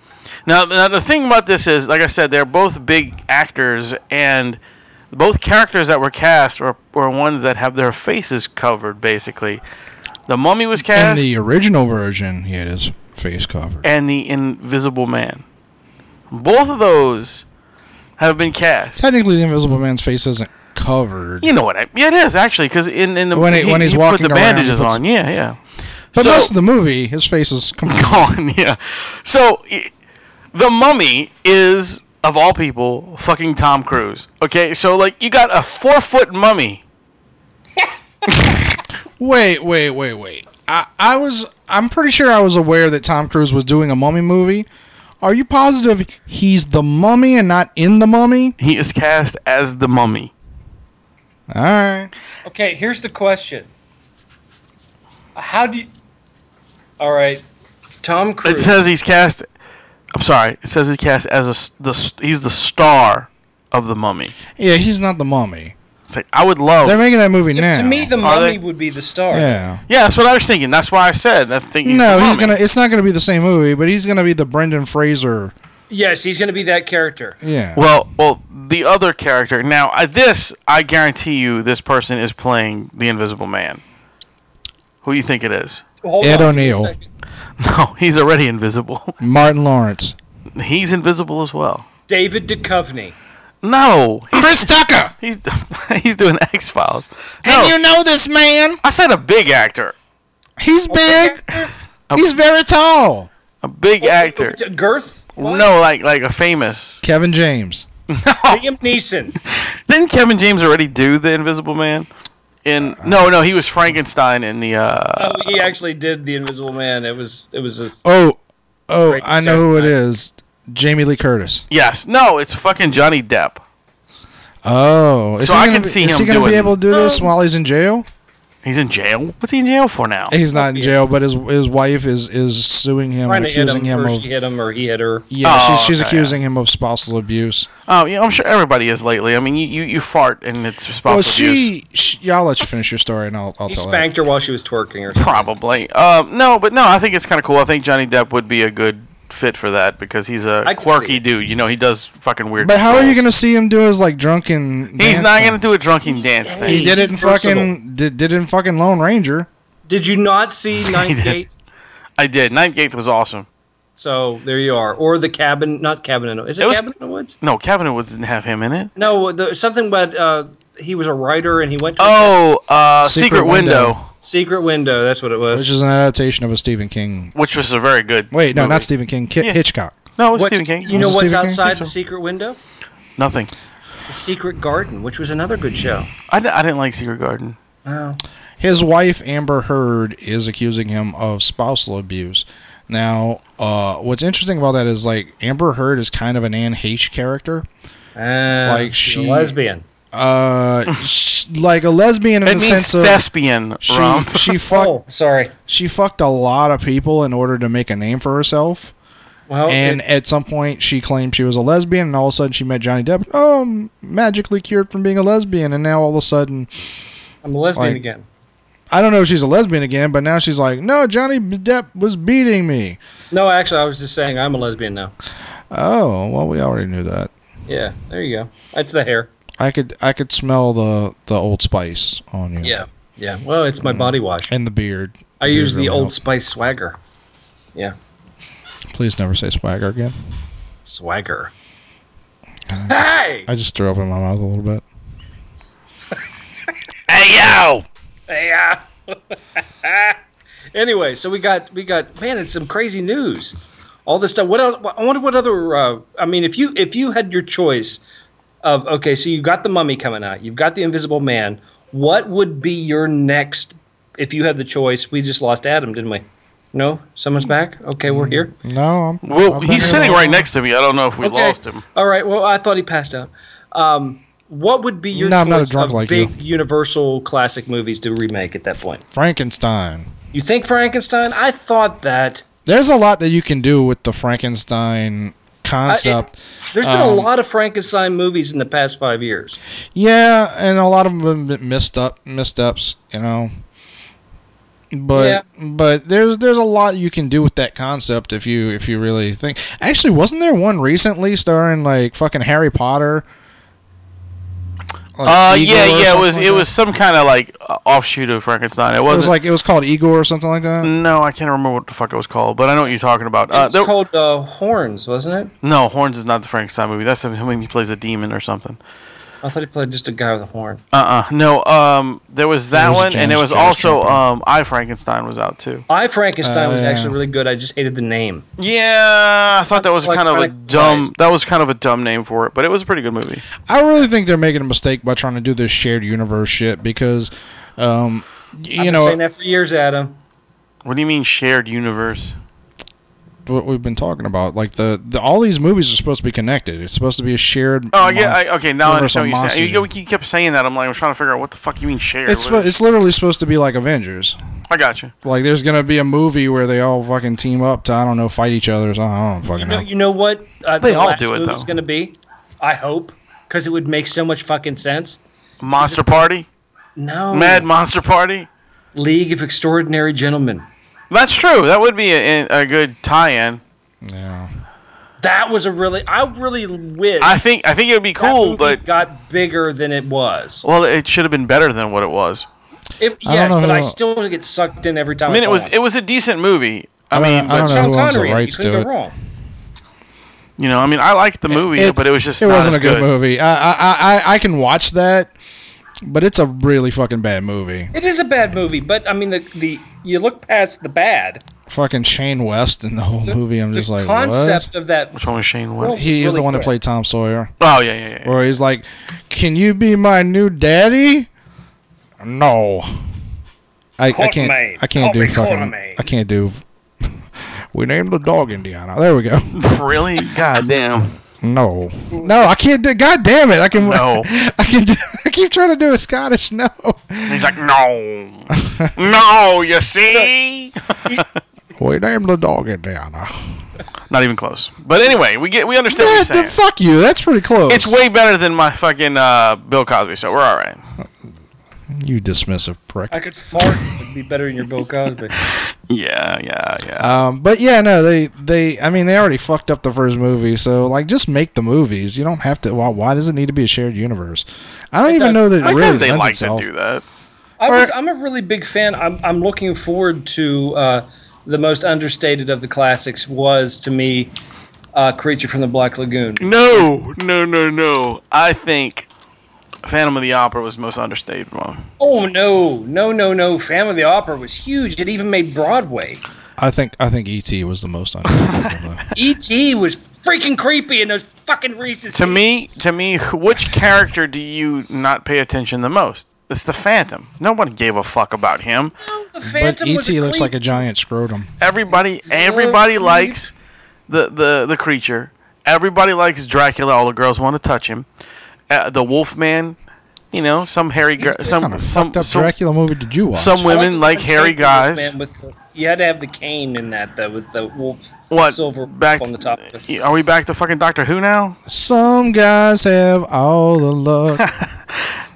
[SPEAKER 3] Now, now the thing about this is, like I said, they're both big actors, and both characters that were cast were, were ones that have their faces covered. Basically, the Mummy was
[SPEAKER 6] In
[SPEAKER 3] cast,
[SPEAKER 6] the original version, he had his face covered.
[SPEAKER 3] and the Invisible Man. Both of those have been cast.
[SPEAKER 6] Technically, the Invisible Man's face isn't covered.
[SPEAKER 3] You know what? I, yeah, it is actually because in in the
[SPEAKER 6] When he- when he's walking
[SPEAKER 3] put the
[SPEAKER 6] around, he
[SPEAKER 3] bandages
[SPEAKER 6] puts-
[SPEAKER 3] on. Yeah, yeah.
[SPEAKER 6] But
[SPEAKER 3] So-
[SPEAKER 6] most of the movie, his face is completely
[SPEAKER 3] gone. Yeah. So i- the mummy is of all people fucking Tom Cruise. Okay, so like you got a four foot mummy.
[SPEAKER 6] Wait, wait, wait, wait. I, I was I'm pretty sure I was aware that Tom Cruise was doing a mummy movie. Are you positive he's the mummy and not in the mummy?
[SPEAKER 3] He is cast as the mummy.
[SPEAKER 6] All right.
[SPEAKER 4] Okay, here's the question. How do you All right. Tom
[SPEAKER 3] It
[SPEAKER 4] Cruise.
[SPEAKER 3] says he's cast. I'm sorry. It says he's cast as a s- the s- he's the star of the mummy.
[SPEAKER 6] Yeah, he's not the mummy.
[SPEAKER 3] It's like I would love.
[SPEAKER 6] They're making that movie
[SPEAKER 4] to,
[SPEAKER 6] now.
[SPEAKER 4] to me the
[SPEAKER 3] Are
[SPEAKER 4] mummy
[SPEAKER 3] they-
[SPEAKER 4] would be the star.
[SPEAKER 6] yeah.
[SPEAKER 3] yeah, that's what I was thinking. That's why I said I think he's
[SPEAKER 6] No,
[SPEAKER 3] the
[SPEAKER 6] he's
[SPEAKER 3] mummy.
[SPEAKER 6] gonna. It's not gonna be the same movie, but he's gonna be the Brendan Fraser.
[SPEAKER 4] Yes, he's going to be that character.
[SPEAKER 6] Yeah.
[SPEAKER 3] Well, well, the other character. Now, I, this I guarantee you, this person is playing the Invisible Man. Who you think it is?
[SPEAKER 4] Hold
[SPEAKER 6] Ed
[SPEAKER 4] on a
[SPEAKER 6] O'Neill.
[SPEAKER 4] second.
[SPEAKER 3] No, he's already invisible.
[SPEAKER 6] Martin Lawrence.
[SPEAKER 3] He's invisible as well.
[SPEAKER 4] David Duchovny.
[SPEAKER 3] No, he's
[SPEAKER 5] Chris Tucker.
[SPEAKER 3] he's, he's doing X Files. No,
[SPEAKER 6] know this man.
[SPEAKER 3] I said a big actor,
[SPEAKER 6] He's big. He's very tall.
[SPEAKER 3] a big actor.
[SPEAKER 4] Girth? What?
[SPEAKER 3] No, like like a famous.
[SPEAKER 6] Kevin James.
[SPEAKER 4] Liam Neeson.
[SPEAKER 3] Didn't Kevin James already do the Invisible Man? In no, no, he was Frankenstein in the. Uh,
[SPEAKER 4] Oh, he actually did the Invisible Man. It was it was a
[SPEAKER 6] Oh, oh,
[SPEAKER 4] Great
[SPEAKER 6] I know who it
[SPEAKER 4] Saturday.
[SPEAKER 6] is. Jamie Lee Curtis.
[SPEAKER 3] yes, no, it's fucking Johnny Depp.
[SPEAKER 6] Oh, is
[SPEAKER 3] So
[SPEAKER 6] he
[SPEAKER 3] I
[SPEAKER 6] gonna
[SPEAKER 3] can
[SPEAKER 6] be-
[SPEAKER 3] see
[SPEAKER 6] Is he
[SPEAKER 3] him
[SPEAKER 6] gonna be
[SPEAKER 3] doing-
[SPEAKER 6] able to do this while he's in jail?
[SPEAKER 3] He's in jail. What's he in jail for now?
[SPEAKER 6] He's not in jail, but his his wife is is suing him,
[SPEAKER 4] trying
[SPEAKER 6] and
[SPEAKER 4] to hit him,
[SPEAKER 6] accusing him
[SPEAKER 4] or
[SPEAKER 6] of
[SPEAKER 4] she hit him, or he hit her.
[SPEAKER 6] yeah,
[SPEAKER 3] Oh,
[SPEAKER 6] she's, she's
[SPEAKER 3] okay,
[SPEAKER 6] accusing him of spousal abuse.
[SPEAKER 3] Oh, yeah, I'm sure everybody is lately. I mean, you, you, you fart and it's spousal
[SPEAKER 6] well,
[SPEAKER 3] abuse.
[SPEAKER 6] she, she yeah, I'll let you finish your story, and I'll I'll
[SPEAKER 4] He
[SPEAKER 6] tell
[SPEAKER 4] spanked her while she was twerking, or something.
[SPEAKER 3] Probably. Um, no, but no, I think it's kind of cool. I think Johnny Depp would be a good fit for that because he's a
[SPEAKER 4] I could see
[SPEAKER 3] quirky
[SPEAKER 4] it.
[SPEAKER 3] dude. You know, he does fucking weird
[SPEAKER 6] that. But how are you
[SPEAKER 3] roles.
[SPEAKER 6] gonna see him do his like drunken?
[SPEAKER 3] He's
[SPEAKER 6] dance
[SPEAKER 3] not
[SPEAKER 6] thing?
[SPEAKER 3] going to do a drunken dance thing.
[SPEAKER 6] He did
[SPEAKER 4] He's
[SPEAKER 6] it in
[SPEAKER 4] versatile.
[SPEAKER 6] fucking did, did it in fucking Lone Ranger.
[SPEAKER 4] Did you not see Ninth
[SPEAKER 3] did.
[SPEAKER 4] Gate?
[SPEAKER 3] I did. Ninth Gate was awesome.
[SPEAKER 4] So there you are. Or the cabin, not cabin in the is it,
[SPEAKER 3] It was-
[SPEAKER 4] cabin in the woods?
[SPEAKER 3] No, Cabin in the Woods didn't have him in it.
[SPEAKER 4] No, the, something about uh, he was a writer and he went to a
[SPEAKER 3] Oh, uh, Secret,
[SPEAKER 6] Secret
[SPEAKER 3] Window,
[SPEAKER 6] Window.
[SPEAKER 4] secret window. That's what it was.
[SPEAKER 6] Which is an adaptation of a Stephen King.
[SPEAKER 3] which was a very good.
[SPEAKER 6] Wait, no,
[SPEAKER 3] movie.
[SPEAKER 6] not Stephen King. Ki-
[SPEAKER 3] Yeah.
[SPEAKER 6] Hitchcock.
[SPEAKER 3] No, it was
[SPEAKER 4] What's-
[SPEAKER 3] Stephen King.
[SPEAKER 4] You know
[SPEAKER 6] Was it
[SPEAKER 4] what's
[SPEAKER 6] Stephen King?
[SPEAKER 4] outside
[SPEAKER 6] Think
[SPEAKER 4] the secret window?
[SPEAKER 3] Nothing.
[SPEAKER 4] The Secret Garden, which was another good show.
[SPEAKER 3] I, di- I didn't like Secret Garden.
[SPEAKER 6] His wife Amber Heard is accusing him of spousal abuse. Now, uh, what's interesting about that is like Amber Heard is kind of an Anne Heche character, Like
[SPEAKER 4] she's Ah, a
[SPEAKER 6] she-
[SPEAKER 4] lesbian.
[SPEAKER 6] uh, sh- like a lesbian in
[SPEAKER 3] It uh,
[SPEAKER 6] the
[SPEAKER 3] means
[SPEAKER 6] sense of
[SPEAKER 3] thespian,
[SPEAKER 6] she
[SPEAKER 3] Rom.
[SPEAKER 6] she fucked
[SPEAKER 4] Oh, sorry.
[SPEAKER 6] she fucked a lot of people in order to make a name for herself.
[SPEAKER 4] Well,
[SPEAKER 6] And
[SPEAKER 4] Oh, it-
[SPEAKER 6] at some point, she claimed she was a lesbian, and all of a sudden, she met Johnny Depp. Oh, I'm magically cured from being a lesbian, and now all of a sudden,
[SPEAKER 4] I'm a lesbian
[SPEAKER 6] like-
[SPEAKER 4] again.
[SPEAKER 6] I don't know if she's a lesbian again, but now she's like, no, Johnny Depp was beating me.
[SPEAKER 4] No, actually, I was just saying I'm a lesbian now.
[SPEAKER 6] Oh, well, we already knew that.
[SPEAKER 4] Yeah, there you go. That's the hair.
[SPEAKER 6] I could I could smell the the Old Spice on you.
[SPEAKER 4] Yeah, yeah. Well, it's my body wash.
[SPEAKER 6] And the beard.
[SPEAKER 4] I use the
[SPEAKER 6] Hmm. really
[SPEAKER 4] Old
[SPEAKER 6] helps.
[SPEAKER 4] Spice swagger. Yeah,
[SPEAKER 6] Please never say swagger again.
[SPEAKER 4] swagger. Hey,
[SPEAKER 6] I just threw up in my mouth a little bit.
[SPEAKER 5] Hey yo.
[SPEAKER 4] yeah. anyway, so we got we got man, it's some crazy news. All this stuff. What else? I wonder what other. Uh, I mean, if you if you had your choice of okay, so you got the mummy coming out, you've got the Invisible Man. What would be your next? If you had the choice, we just lost Adam, didn't we? No, someone's back. Okay, we're here.
[SPEAKER 6] No, I'm.
[SPEAKER 3] Well,
[SPEAKER 6] I've been
[SPEAKER 3] he's
[SPEAKER 6] here
[SPEAKER 3] sitting
[SPEAKER 6] long.
[SPEAKER 3] right next to me. I don't know if we Mm-hmm. lost him.
[SPEAKER 4] All right. Well, I thought he passed out. Um, what would be your
[SPEAKER 6] No,
[SPEAKER 4] choice
[SPEAKER 6] I'm not a drunk
[SPEAKER 4] of
[SPEAKER 6] like
[SPEAKER 4] big
[SPEAKER 6] you.
[SPEAKER 4] Universal classic movies to remake at that point?
[SPEAKER 6] Frankenstein.
[SPEAKER 4] You think Frankenstein? I thought that.
[SPEAKER 6] There's a lot that you can do with the Frankenstein
[SPEAKER 4] I- it-
[SPEAKER 6] concept.
[SPEAKER 4] there's been
[SPEAKER 3] Um,
[SPEAKER 4] a lot of Frankenstein movies in the past five years.
[SPEAKER 6] yeah, and a lot of them have been missed up missteps. You know, But but there's there's a lot you can do with that concept if you if you really think. Actually, wasn't there one recently starring like fucking Harry Potter? Like
[SPEAKER 3] Uh,
[SPEAKER 6] Igor
[SPEAKER 3] yeah,
[SPEAKER 6] or
[SPEAKER 3] yeah. It
[SPEAKER 6] something
[SPEAKER 3] was
[SPEAKER 6] like
[SPEAKER 3] it
[SPEAKER 6] that?
[SPEAKER 3] was some kind of like uh, offshoot of Frankenstein. It
[SPEAKER 6] it was
[SPEAKER 3] wasn't. Mm.
[SPEAKER 6] like it was called Igor or something like that.
[SPEAKER 3] no, I can't remember what the fuck it was called, but I know what you're talking about. Uh,
[SPEAKER 4] it's
[SPEAKER 3] there-
[SPEAKER 4] called uh, Horns, wasn't it?
[SPEAKER 3] no, Horns is not the Frankenstein movie. That's him when he plays a demon or something.
[SPEAKER 4] I thought he played just a guy with a horn.
[SPEAKER 3] Uh uh No, um, there was that
[SPEAKER 6] was
[SPEAKER 3] one, and there
[SPEAKER 6] James
[SPEAKER 3] was
[SPEAKER 6] Joyce
[SPEAKER 3] also
[SPEAKER 6] Trumper.
[SPEAKER 3] um, I Frankenstein was out too.
[SPEAKER 4] I Frankenstein was
[SPEAKER 6] Uh,
[SPEAKER 4] actually really good. I just hated the name.
[SPEAKER 3] Yeah, I thought that was
[SPEAKER 4] Like
[SPEAKER 3] kind of a
[SPEAKER 4] Frank
[SPEAKER 3] dumb.
[SPEAKER 4] Price.
[SPEAKER 3] That was kind of a dumb name for it, but it was a pretty good movie.
[SPEAKER 6] I really think they're making a mistake by trying to do this shared universe shit because, um, y-
[SPEAKER 4] I've
[SPEAKER 6] you
[SPEAKER 4] been saying
[SPEAKER 6] know
[SPEAKER 4] that for years, Adam.
[SPEAKER 3] What do you mean shared universe?
[SPEAKER 6] what we've been talking about. Like the, the all these movies are supposed to be connected. It's supposed to be a shared.
[SPEAKER 3] Oh
[SPEAKER 6] mon-
[SPEAKER 3] yeah, I, okay. Now I
[SPEAKER 6] Universal
[SPEAKER 3] understand what you're saying. You,
[SPEAKER 6] monsters.
[SPEAKER 3] you kept saying that. I'm like, I'm trying to figure out what the fuck you mean shared.
[SPEAKER 6] it's
[SPEAKER 3] What
[SPEAKER 6] spo-
[SPEAKER 3] is-
[SPEAKER 6] it's literally supposed to be like Avengers.
[SPEAKER 3] I got you.
[SPEAKER 6] Like there's gonna be a movie where they all fucking team up to I don't know fight each other or something. I don't fucking
[SPEAKER 4] You know,
[SPEAKER 6] know.
[SPEAKER 4] you know what? Uh,
[SPEAKER 3] They
[SPEAKER 4] the
[SPEAKER 3] all
[SPEAKER 4] last
[SPEAKER 3] do it,
[SPEAKER 4] movie's
[SPEAKER 3] though.
[SPEAKER 4] going to be. I hope because it would make so much fucking sense.
[SPEAKER 3] Monster Party,
[SPEAKER 4] No,
[SPEAKER 3] Mad Monster Party.
[SPEAKER 4] League of Extraordinary Gentlemen.
[SPEAKER 3] That's true. That would be a, a good tie-in.
[SPEAKER 6] Yeah.
[SPEAKER 4] That was a really. I really wish
[SPEAKER 3] I think I think it would be
[SPEAKER 4] that
[SPEAKER 3] cool,
[SPEAKER 4] movie
[SPEAKER 3] but
[SPEAKER 4] got bigger than it was.
[SPEAKER 3] well, it should have been better than what it was.
[SPEAKER 4] If,
[SPEAKER 6] don't
[SPEAKER 4] yes,
[SPEAKER 6] know
[SPEAKER 4] but
[SPEAKER 6] who-
[SPEAKER 4] I still get sucked in every time.
[SPEAKER 3] I mean, it
[SPEAKER 4] it's
[SPEAKER 3] was
[SPEAKER 4] on.
[SPEAKER 3] it was a decent movie. I mean, but,
[SPEAKER 6] I don't know
[SPEAKER 4] Sean
[SPEAKER 6] who owns the
[SPEAKER 4] Connery.
[SPEAKER 6] rights
[SPEAKER 4] you couldn't
[SPEAKER 6] to
[SPEAKER 4] go
[SPEAKER 6] it.
[SPEAKER 4] wrong.
[SPEAKER 3] you know, I mean, I liked the movie, but it was just
[SPEAKER 6] it
[SPEAKER 3] not
[SPEAKER 6] wasn't
[SPEAKER 3] as
[SPEAKER 6] a good, movie. I, I I I can watch that, but it's a really fucking bad movie.
[SPEAKER 4] It is a bad movie, but I mean the the you look past the bad.
[SPEAKER 6] Fucking Shane West in the whole movie. I'm just
[SPEAKER 4] the
[SPEAKER 6] like
[SPEAKER 4] concept
[SPEAKER 6] what?
[SPEAKER 4] of that.
[SPEAKER 3] It's only Shane West.
[SPEAKER 4] Well-
[SPEAKER 6] He
[SPEAKER 4] It's
[SPEAKER 6] was the
[SPEAKER 4] really
[SPEAKER 6] one that
[SPEAKER 4] good.
[SPEAKER 6] played Tom Sawyer,
[SPEAKER 3] Oh yeah, yeah, yeah. yeah.
[SPEAKER 6] where he's like, "Can you be my new daddy?" No. I, I
[SPEAKER 4] Courtney,
[SPEAKER 6] can't. I can't
[SPEAKER 4] Aubrey
[SPEAKER 6] do fucking.
[SPEAKER 4] Courtney.
[SPEAKER 6] I can't do. we named the dog Indiana. There we go.
[SPEAKER 3] Really? God damn.
[SPEAKER 6] No, no, I can't do. God damn it! I can.
[SPEAKER 3] No.
[SPEAKER 6] I can. Do, I keep trying to do a Scottish. No.
[SPEAKER 3] He's like, no, no. You see?
[SPEAKER 6] We named the dog Indiana.
[SPEAKER 3] Not even close. But anyway, we get we understand
[SPEAKER 6] Yeah,
[SPEAKER 3] what you're
[SPEAKER 6] then
[SPEAKER 3] saying.
[SPEAKER 6] fuck you. That's pretty close.
[SPEAKER 3] It's way better than my fucking uh, Bill Cosby, so we're all right.
[SPEAKER 6] you dismissive prick.
[SPEAKER 4] I could fart. It'd be better than your Bill Cosby.
[SPEAKER 3] Yeah, yeah, yeah.
[SPEAKER 6] Um, but yeah, no, they they. I mean, they already fucked up the first movie, so like, just make the movies. You don't have to. Why, why does it need to be a shared universe? I don't even
[SPEAKER 4] does-
[SPEAKER 6] know that it
[SPEAKER 3] I
[SPEAKER 6] really
[SPEAKER 3] guess they
[SPEAKER 6] lends
[SPEAKER 3] like
[SPEAKER 6] itself.
[SPEAKER 3] to do that.
[SPEAKER 4] I was, I'm a really big fan. I'm, I'm looking forward to uh, the most understated of the classics was to me uh, Creature from the Black Lagoon.
[SPEAKER 3] No, no, no, no. I think Phantom of the Opera was the most understated one.
[SPEAKER 4] Oh no, no, no, no! Phantom of the Opera was huge. It even made Broadway.
[SPEAKER 6] I think I think E.T. was the most. underrated, though.
[SPEAKER 4] E.T. E was freaking creepy in those fucking Reese's.
[SPEAKER 3] To me, to me, wh- which character do you not pay attention the most? It's the Phantom. No one gave a fuck about him.
[SPEAKER 4] Pieces. the
[SPEAKER 6] but
[SPEAKER 4] Phantom was
[SPEAKER 6] E.T. looks
[SPEAKER 4] creep.
[SPEAKER 6] like a giant scrotum.
[SPEAKER 3] Everybody, everybody likes the, the the creature. Everybody likes Dracula. All the girls want to touch him. Uh, the Wolfman. You know, some hairy girl,
[SPEAKER 6] Kind
[SPEAKER 3] some
[SPEAKER 6] of
[SPEAKER 3] some
[SPEAKER 6] fucked up
[SPEAKER 3] some,
[SPEAKER 6] Dracula movie did you watch?
[SPEAKER 3] some
[SPEAKER 4] I
[SPEAKER 3] women
[SPEAKER 4] the
[SPEAKER 3] like
[SPEAKER 4] Phantom
[SPEAKER 3] hairy
[SPEAKER 4] Phantom was,
[SPEAKER 3] guys.
[SPEAKER 4] man, with the- you had to have the cane in that though, with the wolf
[SPEAKER 3] What
[SPEAKER 4] silver
[SPEAKER 3] back?
[SPEAKER 4] back on the top. of it.
[SPEAKER 3] Are we back to fucking Doctor Who now?
[SPEAKER 6] Some guys have all the luck.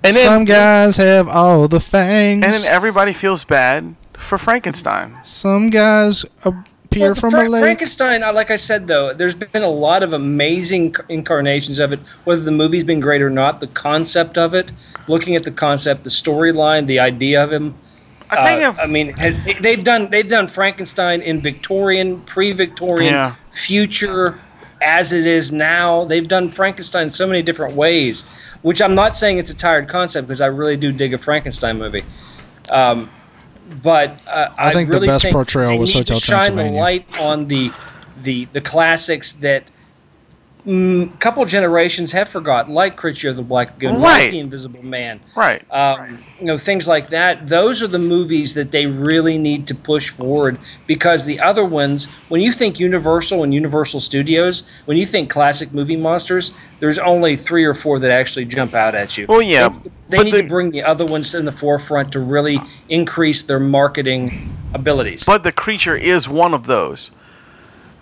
[SPEAKER 3] And then
[SPEAKER 6] Some guys have all the fangs.
[SPEAKER 3] and then everybody feels bad for Frankenstein.
[SPEAKER 6] Some guys appear
[SPEAKER 4] Well, the
[SPEAKER 6] from
[SPEAKER 4] Fra-
[SPEAKER 6] a lake.
[SPEAKER 4] Frankenstein, I- like I said though, there's been a lot of amazing c- incarnations of it. Whether the movie's been great or not, the concept of it, looking at the concept, the storyline, the idea of him.
[SPEAKER 3] I tell
[SPEAKER 4] uh,
[SPEAKER 3] you,
[SPEAKER 4] I mean, had- they've done they've done Frankenstein in Victorian, pre-Victorian,
[SPEAKER 3] Yeah.
[SPEAKER 4] future, as it is now. They've done Frankenstein so many different ways, which I'm not saying it's a tired concept because I really do dig a Frankenstein movie. Um, but uh, I,
[SPEAKER 6] think the
[SPEAKER 4] really
[SPEAKER 6] best
[SPEAKER 4] think
[SPEAKER 6] portrayal
[SPEAKER 4] they
[SPEAKER 6] was
[SPEAKER 4] need
[SPEAKER 6] Hotel
[SPEAKER 4] to shine the
[SPEAKER 6] Transylvania.
[SPEAKER 4] light on the the the classics that. Mm, couple generations have forgotten, like Creature of the Black Lagoon,
[SPEAKER 3] Right.
[SPEAKER 4] like The Invisible Man,
[SPEAKER 3] right?
[SPEAKER 4] um, you know things like that those are the movies that they really need to push forward because the other ones when you think universal and universal studios when you think classic movie monsters there's only three or four that actually jump out at you
[SPEAKER 3] well, yeah,
[SPEAKER 4] they
[SPEAKER 3] but
[SPEAKER 4] need
[SPEAKER 3] the-
[SPEAKER 4] to bring the other ones in the forefront to really increase their marketing abilities
[SPEAKER 3] but the creature is one of those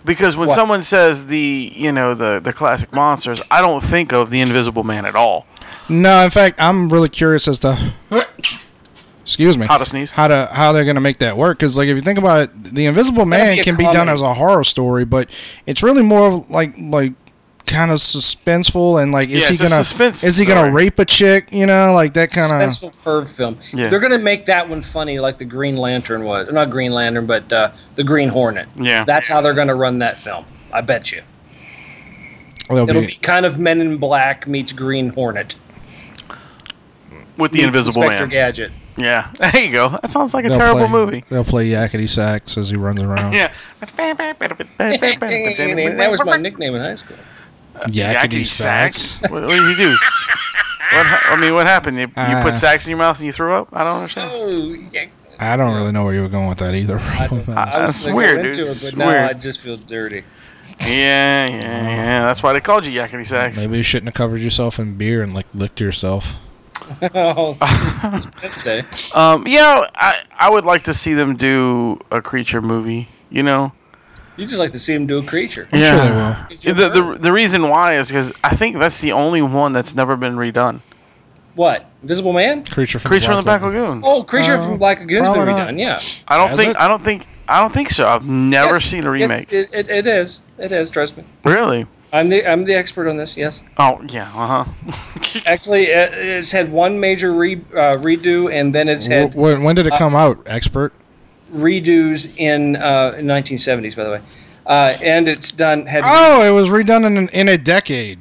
[SPEAKER 3] because when
[SPEAKER 4] What?
[SPEAKER 3] someone says the you know the the classic monsters i don't think of the invisible man at all
[SPEAKER 6] No, in fact, I'm really curious as to excuse me
[SPEAKER 3] How to sneeze.
[SPEAKER 6] how to how they're going to make that work because like if you think about it the invisible man
[SPEAKER 4] be a
[SPEAKER 6] can be done
[SPEAKER 4] comedy.
[SPEAKER 6] as a horror story but it's really more of like like kind of suspenseful and like is
[SPEAKER 3] Yeah,
[SPEAKER 6] he
[SPEAKER 3] it's a
[SPEAKER 6] gonna
[SPEAKER 3] suspense
[SPEAKER 6] is he gonna
[SPEAKER 3] story.
[SPEAKER 6] rape a chick you know like that kind of
[SPEAKER 4] suspenseful perv film.
[SPEAKER 3] Yeah.
[SPEAKER 4] They're gonna make that one funny, like the Green Lantern was, not Green Lantern, but uh, the Green Hornet.
[SPEAKER 3] Yeah.
[SPEAKER 4] that's how they're gonna run that film. I bet you
[SPEAKER 6] it'll
[SPEAKER 4] it'll
[SPEAKER 6] be,
[SPEAKER 4] be kind of Men in Black meets Green Hornet,
[SPEAKER 3] with the
[SPEAKER 4] meets
[SPEAKER 3] Invisible
[SPEAKER 4] Inspector
[SPEAKER 3] Man.
[SPEAKER 4] Gadget.
[SPEAKER 3] Yeah, there you go. That sounds like a
[SPEAKER 6] they'll
[SPEAKER 3] terrible
[SPEAKER 6] play,
[SPEAKER 3] movie.
[SPEAKER 6] they'll play yakety sax as he runs around
[SPEAKER 3] Yeah.
[SPEAKER 4] that was my nickname in high school.
[SPEAKER 6] yakety
[SPEAKER 3] Yakety
[SPEAKER 6] sax
[SPEAKER 3] sax. what, what did you do? What, ha- I mean, what happened? You, you
[SPEAKER 6] Uh.
[SPEAKER 3] put sacks in your mouth and you threw up? I don't understand. Uh,
[SPEAKER 4] Oh, yeah.
[SPEAKER 6] i don't really know where you were going with that either
[SPEAKER 4] I was
[SPEAKER 3] That's
[SPEAKER 4] gonna go
[SPEAKER 3] weird,
[SPEAKER 4] into
[SPEAKER 3] dude.
[SPEAKER 4] it,
[SPEAKER 3] It's
[SPEAKER 4] but now
[SPEAKER 3] weird.
[SPEAKER 4] I just feel dirty.
[SPEAKER 3] Yeah, yeah, yeah. That's why they called you Yakety Sacks.
[SPEAKER 6] maybe you shouldn't have covered yourself in beer and like licked yourself
[SPEAKER 4] Oh, Wednesday.
[SPEAKER 3] Um, yeah, I, I would like to see them do a creature movie, you know?
[SPEAKER 4] You just like to see him do a creature.
[SPEAKER 6] I'm
[SPEAKER 3] yeah.
[SPEAKER 6] sure they will
[SPEAKER 3] The, the, the reason why is because I think that's the only one that's never been redone.
[SPEAKER 4] what? Invisible Man?
[SPEAKER 6] creature from
[SPEAKER 3] Creature
[SPEAKER 6] the
[SPEAKER 3] from the Black
[SPEAKER 6] Lagoon.
[SPEAKER 3] Lagoon.
[SPEAKER 4] Oh, creature
[SPEAKER 3] Uh,
[SPEAKER 4] from Black Lagoon's been
[SPEAKER 6] probably not.
[SPEAKER 4] redone. Yeah.
[SPEAKER 3] I don't
[SPEAKER 6] Has
[SPEAKER 3] think
[SPEAKER 6] it?
[SPEAKER 3] I don't think I don't think so. I've never
[SPEAKER 4] Yes,
[SPEAKER 3] seen a
[SPEAKER 4] yes,
[SPEAKER 3] remake.
[SPEAKER 4] it, it, it is. It is. Trust me.
[SPEAKER 3] really?
[SPEAKER 4] I'm the I'm the expert on this. Yes.
[SPEAKER 3] Oh yeah. Uh huh.
[SPEAKER 4] Actually, it, it's had one major re, uh, redo, and then it's had
[SPEAKER 6] Wh- when, when
[SPEAKER 3] Uh,
[SPEAKER 6] did it come out expert
[SPEAKER 4] redos in uh, in 1970s, by the way. Uh, and it's done. Had
[SPEAKER 6] oh it was redone in, in a decade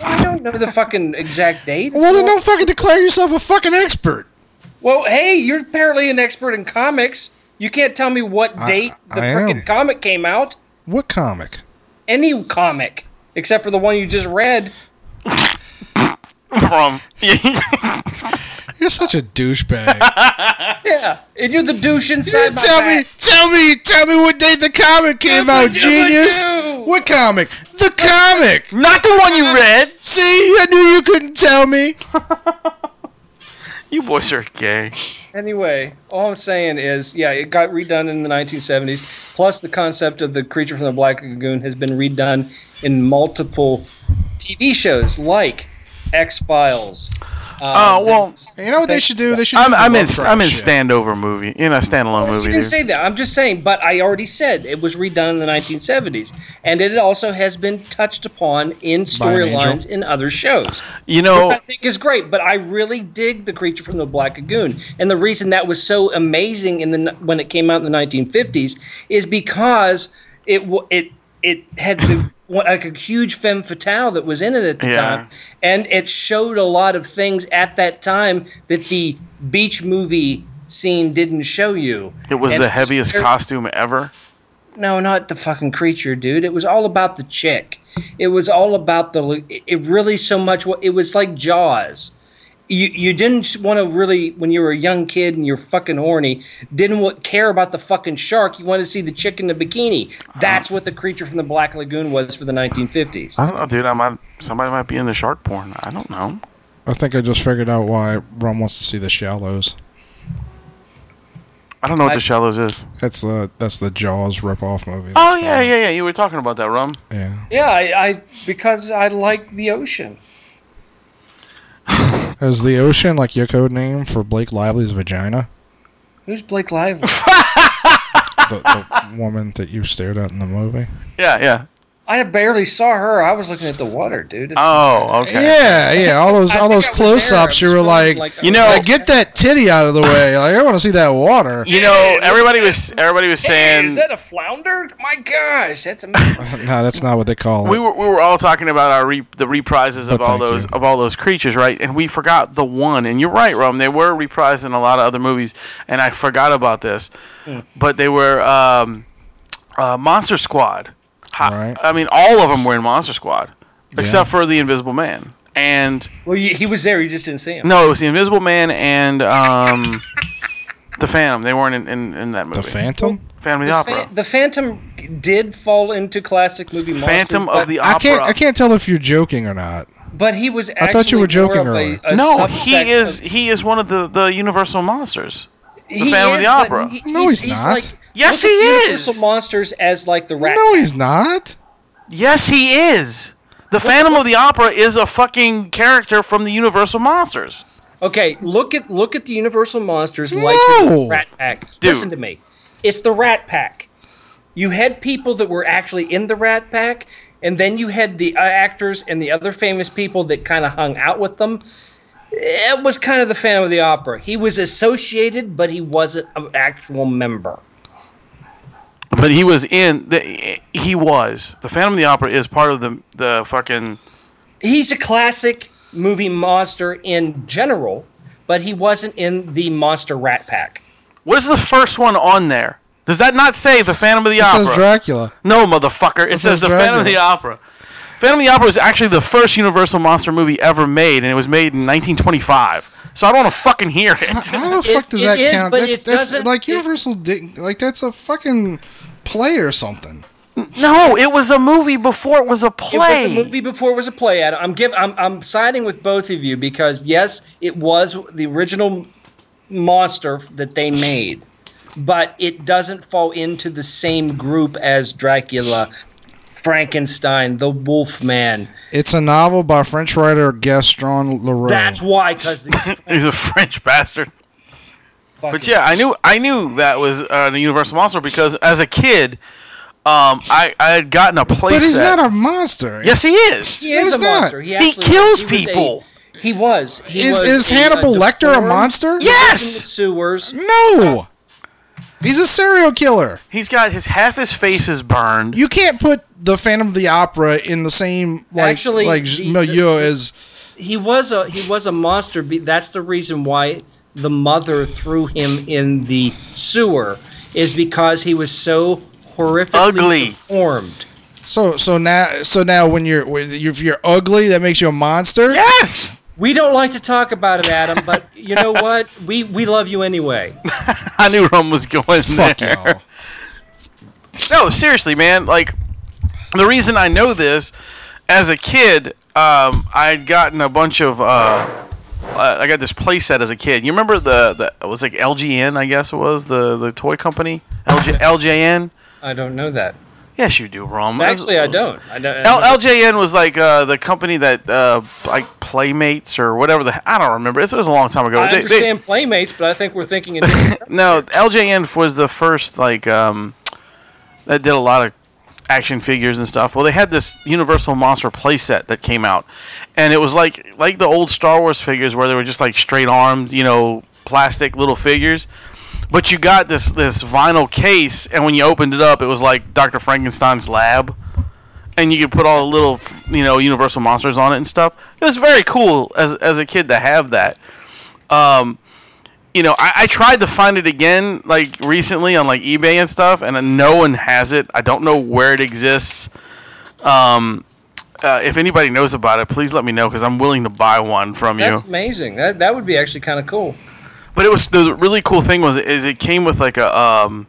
[SPEAKER 4] I don't know the fucking exact date.
[SPEAKER 6] Oh. well then don't fucking declare yourself a fucking expert
[SPEAKER 4] Well, hey, you're apparently an expert in comics. You can't tell me what date the
[SPEAKER 6] I am.
[SPEAKER 4] freaking comic came out.
[SPEAKER 6] what comic
[SPEAKER 4] Any comic, except for the one you just read.
[SPEAKER 3] From
[SPEAKER 6] You're such a douchebag.
[SPEAKER 4] Yeah, and you're the douche inside my
[SPEAKER 6] tell me,
[SPEAKER 4] back.
[SPEAKER 6] tell me, tell me what date the comic came out,
[SPEAKER 4] What would you
[SPEAKER 6] genius.
[SPEAKER 4] do?
[SPEAKER 6] What comic? The comic.
[SPEAKER 3] not the one you read.
[SPEAKER 6] See, I knew you couldn't tell me.
[SPEAKER 3] You boys are gay.
[SPEAKER 4] Anyway, all I'm saying is, yeah, it got redone in the 1970s. Plus, the concept of the creature from the Black Lagoon has been redone in multiple TV shows, like X Files.
[SPEAKER 3] Oh well,
[SPEAKER 6] You know what they should do? They should.
[SPEAKER 3] I'm
[SPEAKER 6] do the
[SPEAKER 3] I'm in
[SPEAKER 6] Lovecraft
[SPEAKER 3] I'm in
[SPEAKER 6] shit.
[SPEAKER 3] standover movie, you know, standalone
[SPEAKER 4] You
[SPEAKER 3] movie.
[SPEAKER 4] didn't
[SPEAKER 3] Dude.
[SPEAKER 4] say that. I'm just saying, but I already said it was redone in the 1970s, and it also has been touched upon in storylines in other shows.
[SPEAKER 3] you
[SPEAKER 4] which
[SPEAKER 3] know,
[SPEAKER 4] I think is great. But I really dig the creature from the Black Lagoon, and the reason that was so amazing in the when it came out in the 1950s is because it wa- it it had the one- like a huge femme fatale that was in it at the
[SPEAKER 3] Yeah.
[SPEAKER 4] time, and it showed a lot of things at that time that the beach movie scene didn't show you.
[SPEAKER 3] it was
[SPEAKER 4] and
[SPEAKER 3] the heaviest
[SPEAKER 4] very-
[SPEAKER 3] costume ever.
[SPEAKER 4] No, not the fucking creature, dude. It was all about the chick. It was all about the. It really so much. wa- It was like Jaws. You you didn't want to really when you were a young kid and you're fucking horny. Didn't wa- care about the fucking shark. You wanted to see the chick in the bikini. That's what the creature from the Black Lagoon was for the 1950s.
[SPEAKER 3] I don't know, dude. I might somebody might be in the shark porn. I don't know.
[SPEAKER 6] I think I just figured out why Ron wants to see the Shallows.
[SPEAKER 3] I don't know what
[SPEAKER 4] I-
[SPEAKER 3] the shallows is.
[SPEAKER 6] That's the that's the Jaws ripoff movie.
[SPEAKER 3] Oh yeah, yeah, yeah. You were talking about that, Rum.
[SPEAKER 6] yeah.
[SPEAKER 4] Yeah, I, I because I like the ocean.
[SPEAKER 6] Is the ocean like your code name for Blake Lively's vagina?
[SPEAKER 4] Who's Blake Lively?
[SPEAKER 6] The, the woman that you stared at in the movie.
[SPEAKER 3] Yeah, yeah.
[SPEAKER 4] I barely saw her. I was looking at the water, dude. It's-
[SPEAKER 3] Oh, okay.
[SPEAKER 6] Yeah, yeah. All those
[SPEAKER 4] I
[SPEAKER 6] all
[SPEAKER 4] think
[SPEAKER 6] those
[SPEAKER 4] I was there. I
[SPEAKER 6] close ups.
[SPEAKER 4] was
[SPEAKER 6] You were
[SPEAKER 4] feeling
[SPEAKER 6] like,
[SPEAKER 4] like-
[SPEAKER 3] You know-
[SPEAKER 6] like, get that titty out of the way. Like, I want to see that water.
[SPEAKER 3] You know, everybody was everybody was
[SPEAKER 4] Hey,
[SPEAKER 3] saying
[SPEAKER 4] is that a flounder? My gosh, that's amazing.
[SPEAKER 6] No, that's not what they call it.
[SPEAKER 3] we were we were all talking about our re, the reprises of
[SPEAKER 6] Oh,
[SPEAKER 3] all
[SPEAKER 6] thank
[SPEAKER 3] those
[SPEAKER 6] you.
[SPEAKER 3] of all those creatures, right? And we forgot the one. And you're right, Rome. They were reprised in a lot of other movies, and I forgot about this. But they were um, uh, Monster Squad. Ha-
[SPEAKER 6] Right.
[SPEAKER 3] I mean, all of them were in Monster Squad, except
[SPEAKER 6] Yeah.
[SPEAKER 3] for the Invisible Man. And
[SPEAKER 4] Well, you, he was there. You just didn't see him.
[SPEAKER 3] no, it was the Invisible Man and um, the Phantom. They weren't in, in, in that movie.
[SPEAKER 6] the Phantom.
[SPEAKER 3] Phantom of the,
[SPEAKER 4] the,
[SPEAKER 3] Opera.
[SPEAKER 4] Phan- the Phantom did fall into classic movie monsters,
[SPEAKER 3] Phantom uh,
[SPEAKER 4] but,
[SPEAKER 3] of the Opera.
[SPEAKER 6] I can't. I can't tell if you're joking or not.
[SPEAKER 4] But he was. Actually
[SPEAKER 6] thought you were
[SPEAKER 4] more
[SPEAKER 6] joking
[SPEAKER 4] of a-
[SPEAKER 6] earlier.
[SPEAKER 4] a
[SPEAKER 3] No,
[SPEAKER 4] subsect
[SPEAKER 3] he is.
[SPEAKER 4] of-
[SPEAKER 3] He is one of the the Universal monsters. The
[SPEAKER 4] he
[SPEAKER 3] Phantom of
[SPEAKER 4] is,
[SPEAKER 3] the
[SPEAKER 4] but
[SPEAKER 3] Opera.
[SPEAKER 4] He,
[SPEAKER 6] No, he's not.
[SPEAKER 4] Like,
[SPEAKER 3] Yes,
[SPEAKER 4] look at
[SPEAKER 3] he
[SPEAKER 4] Universal
[SPEAKER 3] is.
[SPEAKER 4] monsters as like the rat.
[SPEAKER 6] No, he's not.
[SPEAKER 3] Yes, he is. The Phantom of the Opera is a fucking character from the Universal monsters.
[SPEAKER 4] Okay, look at look at the Universal monsters like
[SPEAKER 6] No.
[SPEAKER 4] the Rat Pack. Listen to me. It's the Rat Pack. You had people that were actually in the Rat Pack, and then you had the uh, actors and the other famous people that kind of hung out with them. It was kind of the Phantom of the Opera. He was associated, but he wasn't an actual member.
[SPEAKER 3] But he was in. The, he was the Phantom of the Opera is part of the the fucking.
[SPEAKER 4] He's a classic movie monster in general, but he wasn't in the monster Rat Pack.
[SPEAKER 3] What is the first one on there? Does that not say the Phantom of the
[SPEAKER 6] It
[SPEAKER 3] Opera?
[SPEAKER 6] says Dracula.
[SPEAKER 3] No, motherfucker. It says
[SPEAKER 6] says
[SPEAKER 3] the Phantom of the
[SPEAKER 6] Dracula.
[SPEAKER 3] Opera. Phantom of the Opera was actually the first Universal monster movie ever made, and it was made in 1925. So I don't want to fucking hear it.
[SPEAKER 6] How the
[SPEAKER 4] It-
[SPEAKER 6] fuck does
[SPEAKER 4] it
[SPEAKER 6] that
[SPEAKER 4] is,
[SPEAKER 6] count?
[SPEAKER 4] but
[SPEAKER 6] That's
[SPEAKER 4] it
[SPEAKER 6] that's
[SPEAKER 4] doesn't- it-
[SPEAKER 6] like Universal. Did, like that's a fucking play or something.
[SPEAKER 3] no, it was a movie before it was a play.
[SPEAKER 4] It was a movie before it was a play. Adam. I'm give I'm I'm siding with both of you because yes, it was the original monster that they made, but it doesn't fall into the same group as Dracula, Frankenstein, the Wolfman.
[SPEAKER 6] It's a novel by French writer Gaston Leroux.
[SPEAKER 3] Hmm.
[SPEAKER 4] That's why, because
[SPEAKER 3] He's a French bastard. But yeah, I knew I knew that was uh, a Universal monster because as a kid, um, I I had gotten a play
[SPEAKER 6] but he's
[SPEAKER 3] set.
[SPEAKER 6] not a monster.
[SPEAKER 3] yes, he is.
[SPEAKER 4] He is
[SPEAKER 6] He's
[SPEAKER 4] a
[SPEAKER 6] not.
[SPEAKER 4] monster. He,
[SPEAKER 3] He
[SPEAKER 4] actually
[SPEAKER 3] kills
[SPEAKER 4] was. He was a-
[SPEAKER 3] people.
[SPEAKER 4] he was. He
[SPEAKER 6] Is,
[SPEAKER 4] was
[SPEAKER 6] is
[SPEAKER 4] a, uh,
[SPEAKER 6] Hannibal Lecter a
[SPEAKER 4] deformed- He
[SPEAKER 6] monster?
[SPEAKER 4] lived in the
[SPEAKER 3] Yes!
[SPEAKER 4] sewers.
[SPEAKER 6] No. He's a serial killer.
[SPEAKER 3] He's got his half his face is burned.
[SPEAKER 6] You can't put the Phantom of the Opera in the same like
[SPEAKER 4] Actually,
[SPEAKER 6] like
[SPEAKER 4] the-
[SPEAKER 6] milieu
[SPEAKER 4] the-
[SPEAKER 6] as
[SPEAKER 4] he was a he was a monster. be- That's the reason why the mother threw him in the sewer is because he was so horrifically
[SPEAKER 3] Ugly.
[SPEAKER 4] deformed.
[SPEAKER 6] so so now so now when you're when you- if you're ugly that makes you a monster.
[SPEAKER 3] yes.
[SPEAKER 4] We don't like to talk about it, Adam, but you know what? We we love you anyway.
[SPEAKER 3] I knew Rum was going
[SPEAKER 6] Fuck
[SPEAKER 3] there.
[SPEAKER 6] y'all.
[SPEAKER 3] No, seriously, man. Like the reason I know this, as a kid, um, I'd gotten a bunch of. Uh, I I got this play set as a kid. You remember the, the it was like LGN, I guess it was the the toy company LG, LJN.
[SPEAKER 4] I don't know that.
[SPEAKER 3] Yes, you do, Rum.
[SPEAKER 4] Actually, I don't. I don't.
[SPEAKER 3] L- LJN was like uh, the company that uh, like Playmates or whatever the I don't remember. It was a long time ago.
[SPEAKER 4] I
[SPEAKER 3] They- they-
[SPEAKER 4] understand playmates, but I think we're thinking. In different
[SPEAKER 3] no, LJN was the first like um, that did a lot of action figures and stuff. Well, they had this Universal Monster playset that came out, and it was like like the old Star Wars figures where they were just like straight armed, you know, plastic little figures. But you got this this vinyl case, and when you opened it up, it was like Dr. Frankenstein's lab. And you could put all the little, you know, Universal monsters on it and stuff. It was very cool as, as a kid to have that Um, you know, I, I tried to find it again like recently on like eBay and stuff, and uh, no one has it. I don't know where it exists. Um, uh, if anybody knows about it, please let me know because I'm willing to buy one from you.
[SPEAKER 4] That's amazing. That that would be actually kind of cool.
[SPEAKER 3] But it was the really cool thing was is it came with like a um,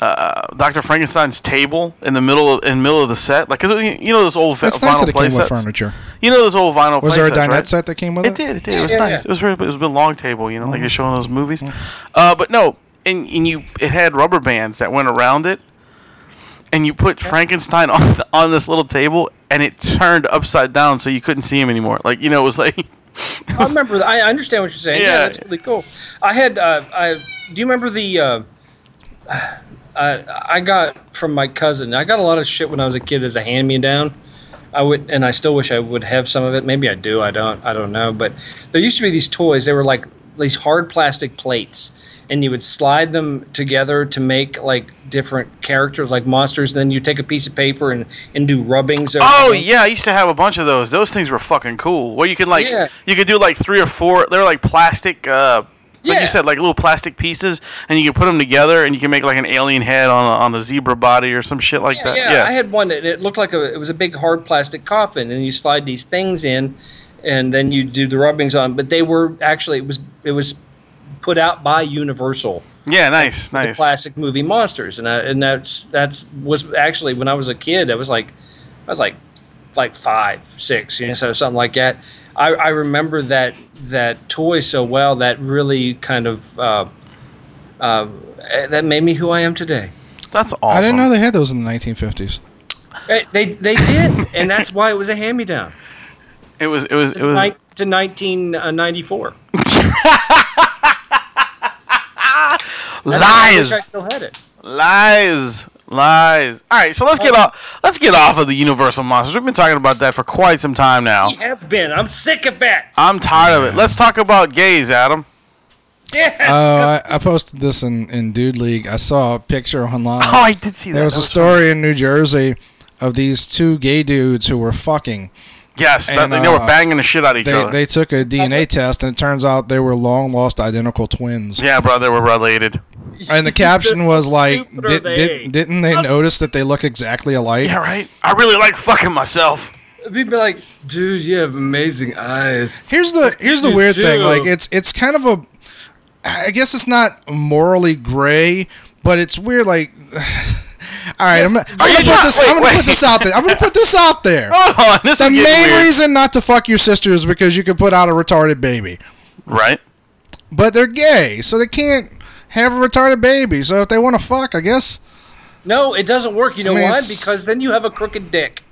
[SPEAKER 3] uh, Dr. Frankenstein's table in the middle of, in the middle of the set, like 'cause it- you know those old fa-
[SPEAKER 6] That's nice that
[SPEAKER 3] vinyl
[SPEAKER 6] it came
[SPEAKER 3] play
[SPEAKER 6] with
[SPEAKER 3] sets.
[SPEAKER 6] furniture.
[SPEAKER 3] You know those old vinyl.
[SPEAKER 6] Was
[SPEAKER 3] play
[SPEAKER 6] there a
[SPEAKER 3] sets,
[SPEAKER 6] dinette
[SPEAKER 3] right?
[SPEAKER 6] set that came with it?
[SPEAKER 3] It did. It did. It was
[SPEAKER 4] yeah,
[SPEAKER 3] nice. It
[SPEAKER 4] yeah.
[SPEAKER 3] was really. It was a long table. You know, like they show in those movies.
[SPEAKER 6] Mm-hmm.
[SPEAKER 3] Uh, but no, and, and you it had rubber bands that went around it, and you put Frankenstein on the, on this little table, and it turned upside down so you couldn't see him anymore. Like you know, it was like
[SPEAKER 4] I remember. I understand what you're saying. Yeah,
[SPEAKER 3] Yeah.
[SPEAKER 4] that's really cool. I had. Uh, I do you remember the? Uh, I I got from my cousin. I got a lot of shit when I was a kid as a hand me down. I would, and I still wish I would have some of it. Maybe I do. I don't. I don't know. But there used to be these toys. They were like these hard plastic plates, and you would slide them together to make like different characters, like monsters. Then you take a piece of paper and and do rubbings. over
[SPEAKER 3] oh
[SPEAKER 4] them.
[SPEAKER 3] yeah, I used to have a bunch of those. Those things were fucking cool. Where you could like
[SPEAKER 4] Yeah.
[SPEAKER 3] you could do like three or four. They were like plastic. Uh, like
[SPEAKER 4] Yeah.
[SPEAKER 3] you said, like little plastic pieces, and you can put them together, and you can make like an alien head on a, on a zebra body or some shit like
[SPEAKER 4] yeah,
[SPEAKER 3] that.
[SPEAKER 4] yeah, I had one that it looked like a, it was a big hard plastic coffin, and you slide these things in, and then you do the rubbings on. But they were actually it was it was put out by Universal,
[SPEAKER 3] Yeah, nice,
[SPEAKER 4] the
[SPEAKER 3] nice.
[SPEAKER 4] classic movie monsters, and I, and that's that's was actually when I was a kid, I was like I was like like five, six, you know, so something like that. I, I remember that that toy so well that really kind of uh, uh, that made me who I am today.
[SPEAKER 3] That's awesome.
[SPEAKER 6] I didn't know they had those in the 1950s.
[SPEAKER 4] Eh, They, they, they did, and that's why it was a hand me down.
[SPEAKER 3] It was it was it was
[SPEAKER 4] Like to uh, 1994. Wish I
[SPEAKER 3] Lies,
[SPEAKER 4] still had it.
[SPEAKER 3] lies, lies. All right, so let's get off. Let's get off of the Universal monsters. We've been talking about that for quite some time now.
[SPEAKER 4] We have been. I'm sick of that.
[SPEAKER 3] I'm tired of it. Let's talk about gays, Adam.
[SPEAKER 4] Yes.
[SPEAKER 6] Uh, I, I posted this in, in Dude League. I saw a picture online.
[SPEAKER 3] Oh, I did see that.
[SPEAKER 6] there was
[SPEAKER 3] That
[SPEAKER 6] a story in New Jersey of these two gay dudes who were fucking.
[SPEAKER 3] Yes, that,
[SPEAKER 6] and,
[SPEAKER 3] they were
[SPEAKER 6] uh,
[SPEAKER 3] banging the shit out of each
[SPEAKER 6] They,
[SPEAKER 3] other.
[SPEAKER 6] they took a DNA test, and it turns out they were long lost identical twins.
[SPEAKER 3] yeah, bro, they were related.
[SPEAKER 6] And the caption was
[SPEAKER 4] How
[SPEAKER 6] like,
[SPEAKER 4] stupid are
[SPEAKER 6] did,
[SPEAKER 4] they?
[SPEAKER 6] did, didn't they
[SPEAKER 4] How
[SPEAKER 6] notice that they look exactly alike?
[SPEAKER 3] Yeah, right. I really like fucking myself.
[SPEAKER 4] We'd be like, dude, you have amazing eyes.
[SPEAKER 6] Here's the here's the
[SPEAKER 4] You
[SPEAKER 6] weird
[SPEAKER 4] do.
[SPEAKER 6] thing. Like it's it's kind of a I guess it's not morally gray, but it's weird like All right, I'm gonna, I'm
[SPEAKER 3] Are you
[SPEAKER 6] gonna
[SPEAKER 3] trying-
[SPEAKER 6] put this.
[SPEAKER 3] wait,
[SPEAKER 6] I'm gonna
[SPEAKER 3] wait.
[SPEAKER 6] put this out there. I'm gonna put this out there.
[SPEAKER 3] Hold on, this
[SPEAKER 6] The
[SPEAKER 3] is getting
[SPEAKER 6] main
[SPEAKER 3] weird.
[SPEAKER 6] reason not to fuck your sister is because you can put out a retarded baby,
[SPEAKER 3] right?
[SPEAKER 6] but they're gay, so they can't have a retarded baby. So if they want to fuck, I guess.
[SPEAKER 4] No, it doesn't work. You know
[SPEAKER 6] I mean,
[SPEAKER 4] why?
[SPEAKER 6] it's-
[SPEAKER 4] Because then you have a crooked dick.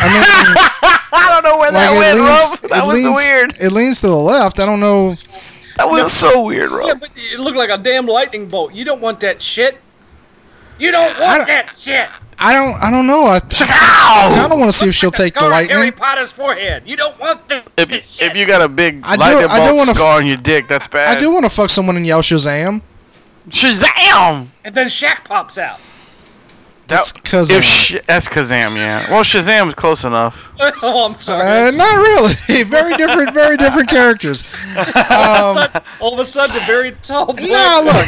[SPEAKER 3] I don't know where
[SPEAKER 6] Like
[SPEAKER 3] that went,
[SPEAKER 6] it leans,
[SPEAKER 3] Rob. That
[SPEAKER 6] it
[SPEAKER 3] was
[SPEAKER 6] leans,
[SPEAKER 3] weird.
[SPEAKER 6] It leans to the left. I don't know.
[SPEAKER 3] That was so weird, Rob.
[SPEAKER 4] Yeah, but it looked like a damn lightning bolt. You don't want that shit. You don't
[SPEAKER 6] I
[SPEAKER 4] want
[SPEAKER 6] don't-
[SPEAKER 4] that shit.
[SPEAKER 6] I don't. I don't know. I,
[SPEAKER 3] Ow!
[SPEAKER 6] I don't want to see if she'll take the
[SPEAKER 4] Scar on Harry
[SPEAKER 6] lightning.
[SPEAKER 4] Potter's forehead. You don't want that.
[SPEAKER 3] If, if you got a big
[SPEAKER 6] I do-
[SPEAKER 3] lightning
[SPEAKER 6] I do
[SPEAKER 3] bolt
[SPEAKER 6] wanna-
[SPEAKER 3] scar on your dick, that's
[SPEAKER 6] I
[SPEAKER 3] bad.
[SPEAKER 6] do want to fuck someone and yell Shazam.
[SPEAKER 3] Shazam!
[SPEAKER 4] And then Shaq pops out.
[SPEAKER 3] That's
[SPEAKER 6] Kazam.
[SPEAKER 3] Oh, If sh- that's Kazam, yeah. Well, Shazam's close enough.
[SPEAKER 4] oh, I'm sorry.
[SPEAKER 6] Uh, not really. Very different. Very different characters.
[SPEAKER 4] All of a sudden, a very tall boy.
[SPEAKER 6] No, look.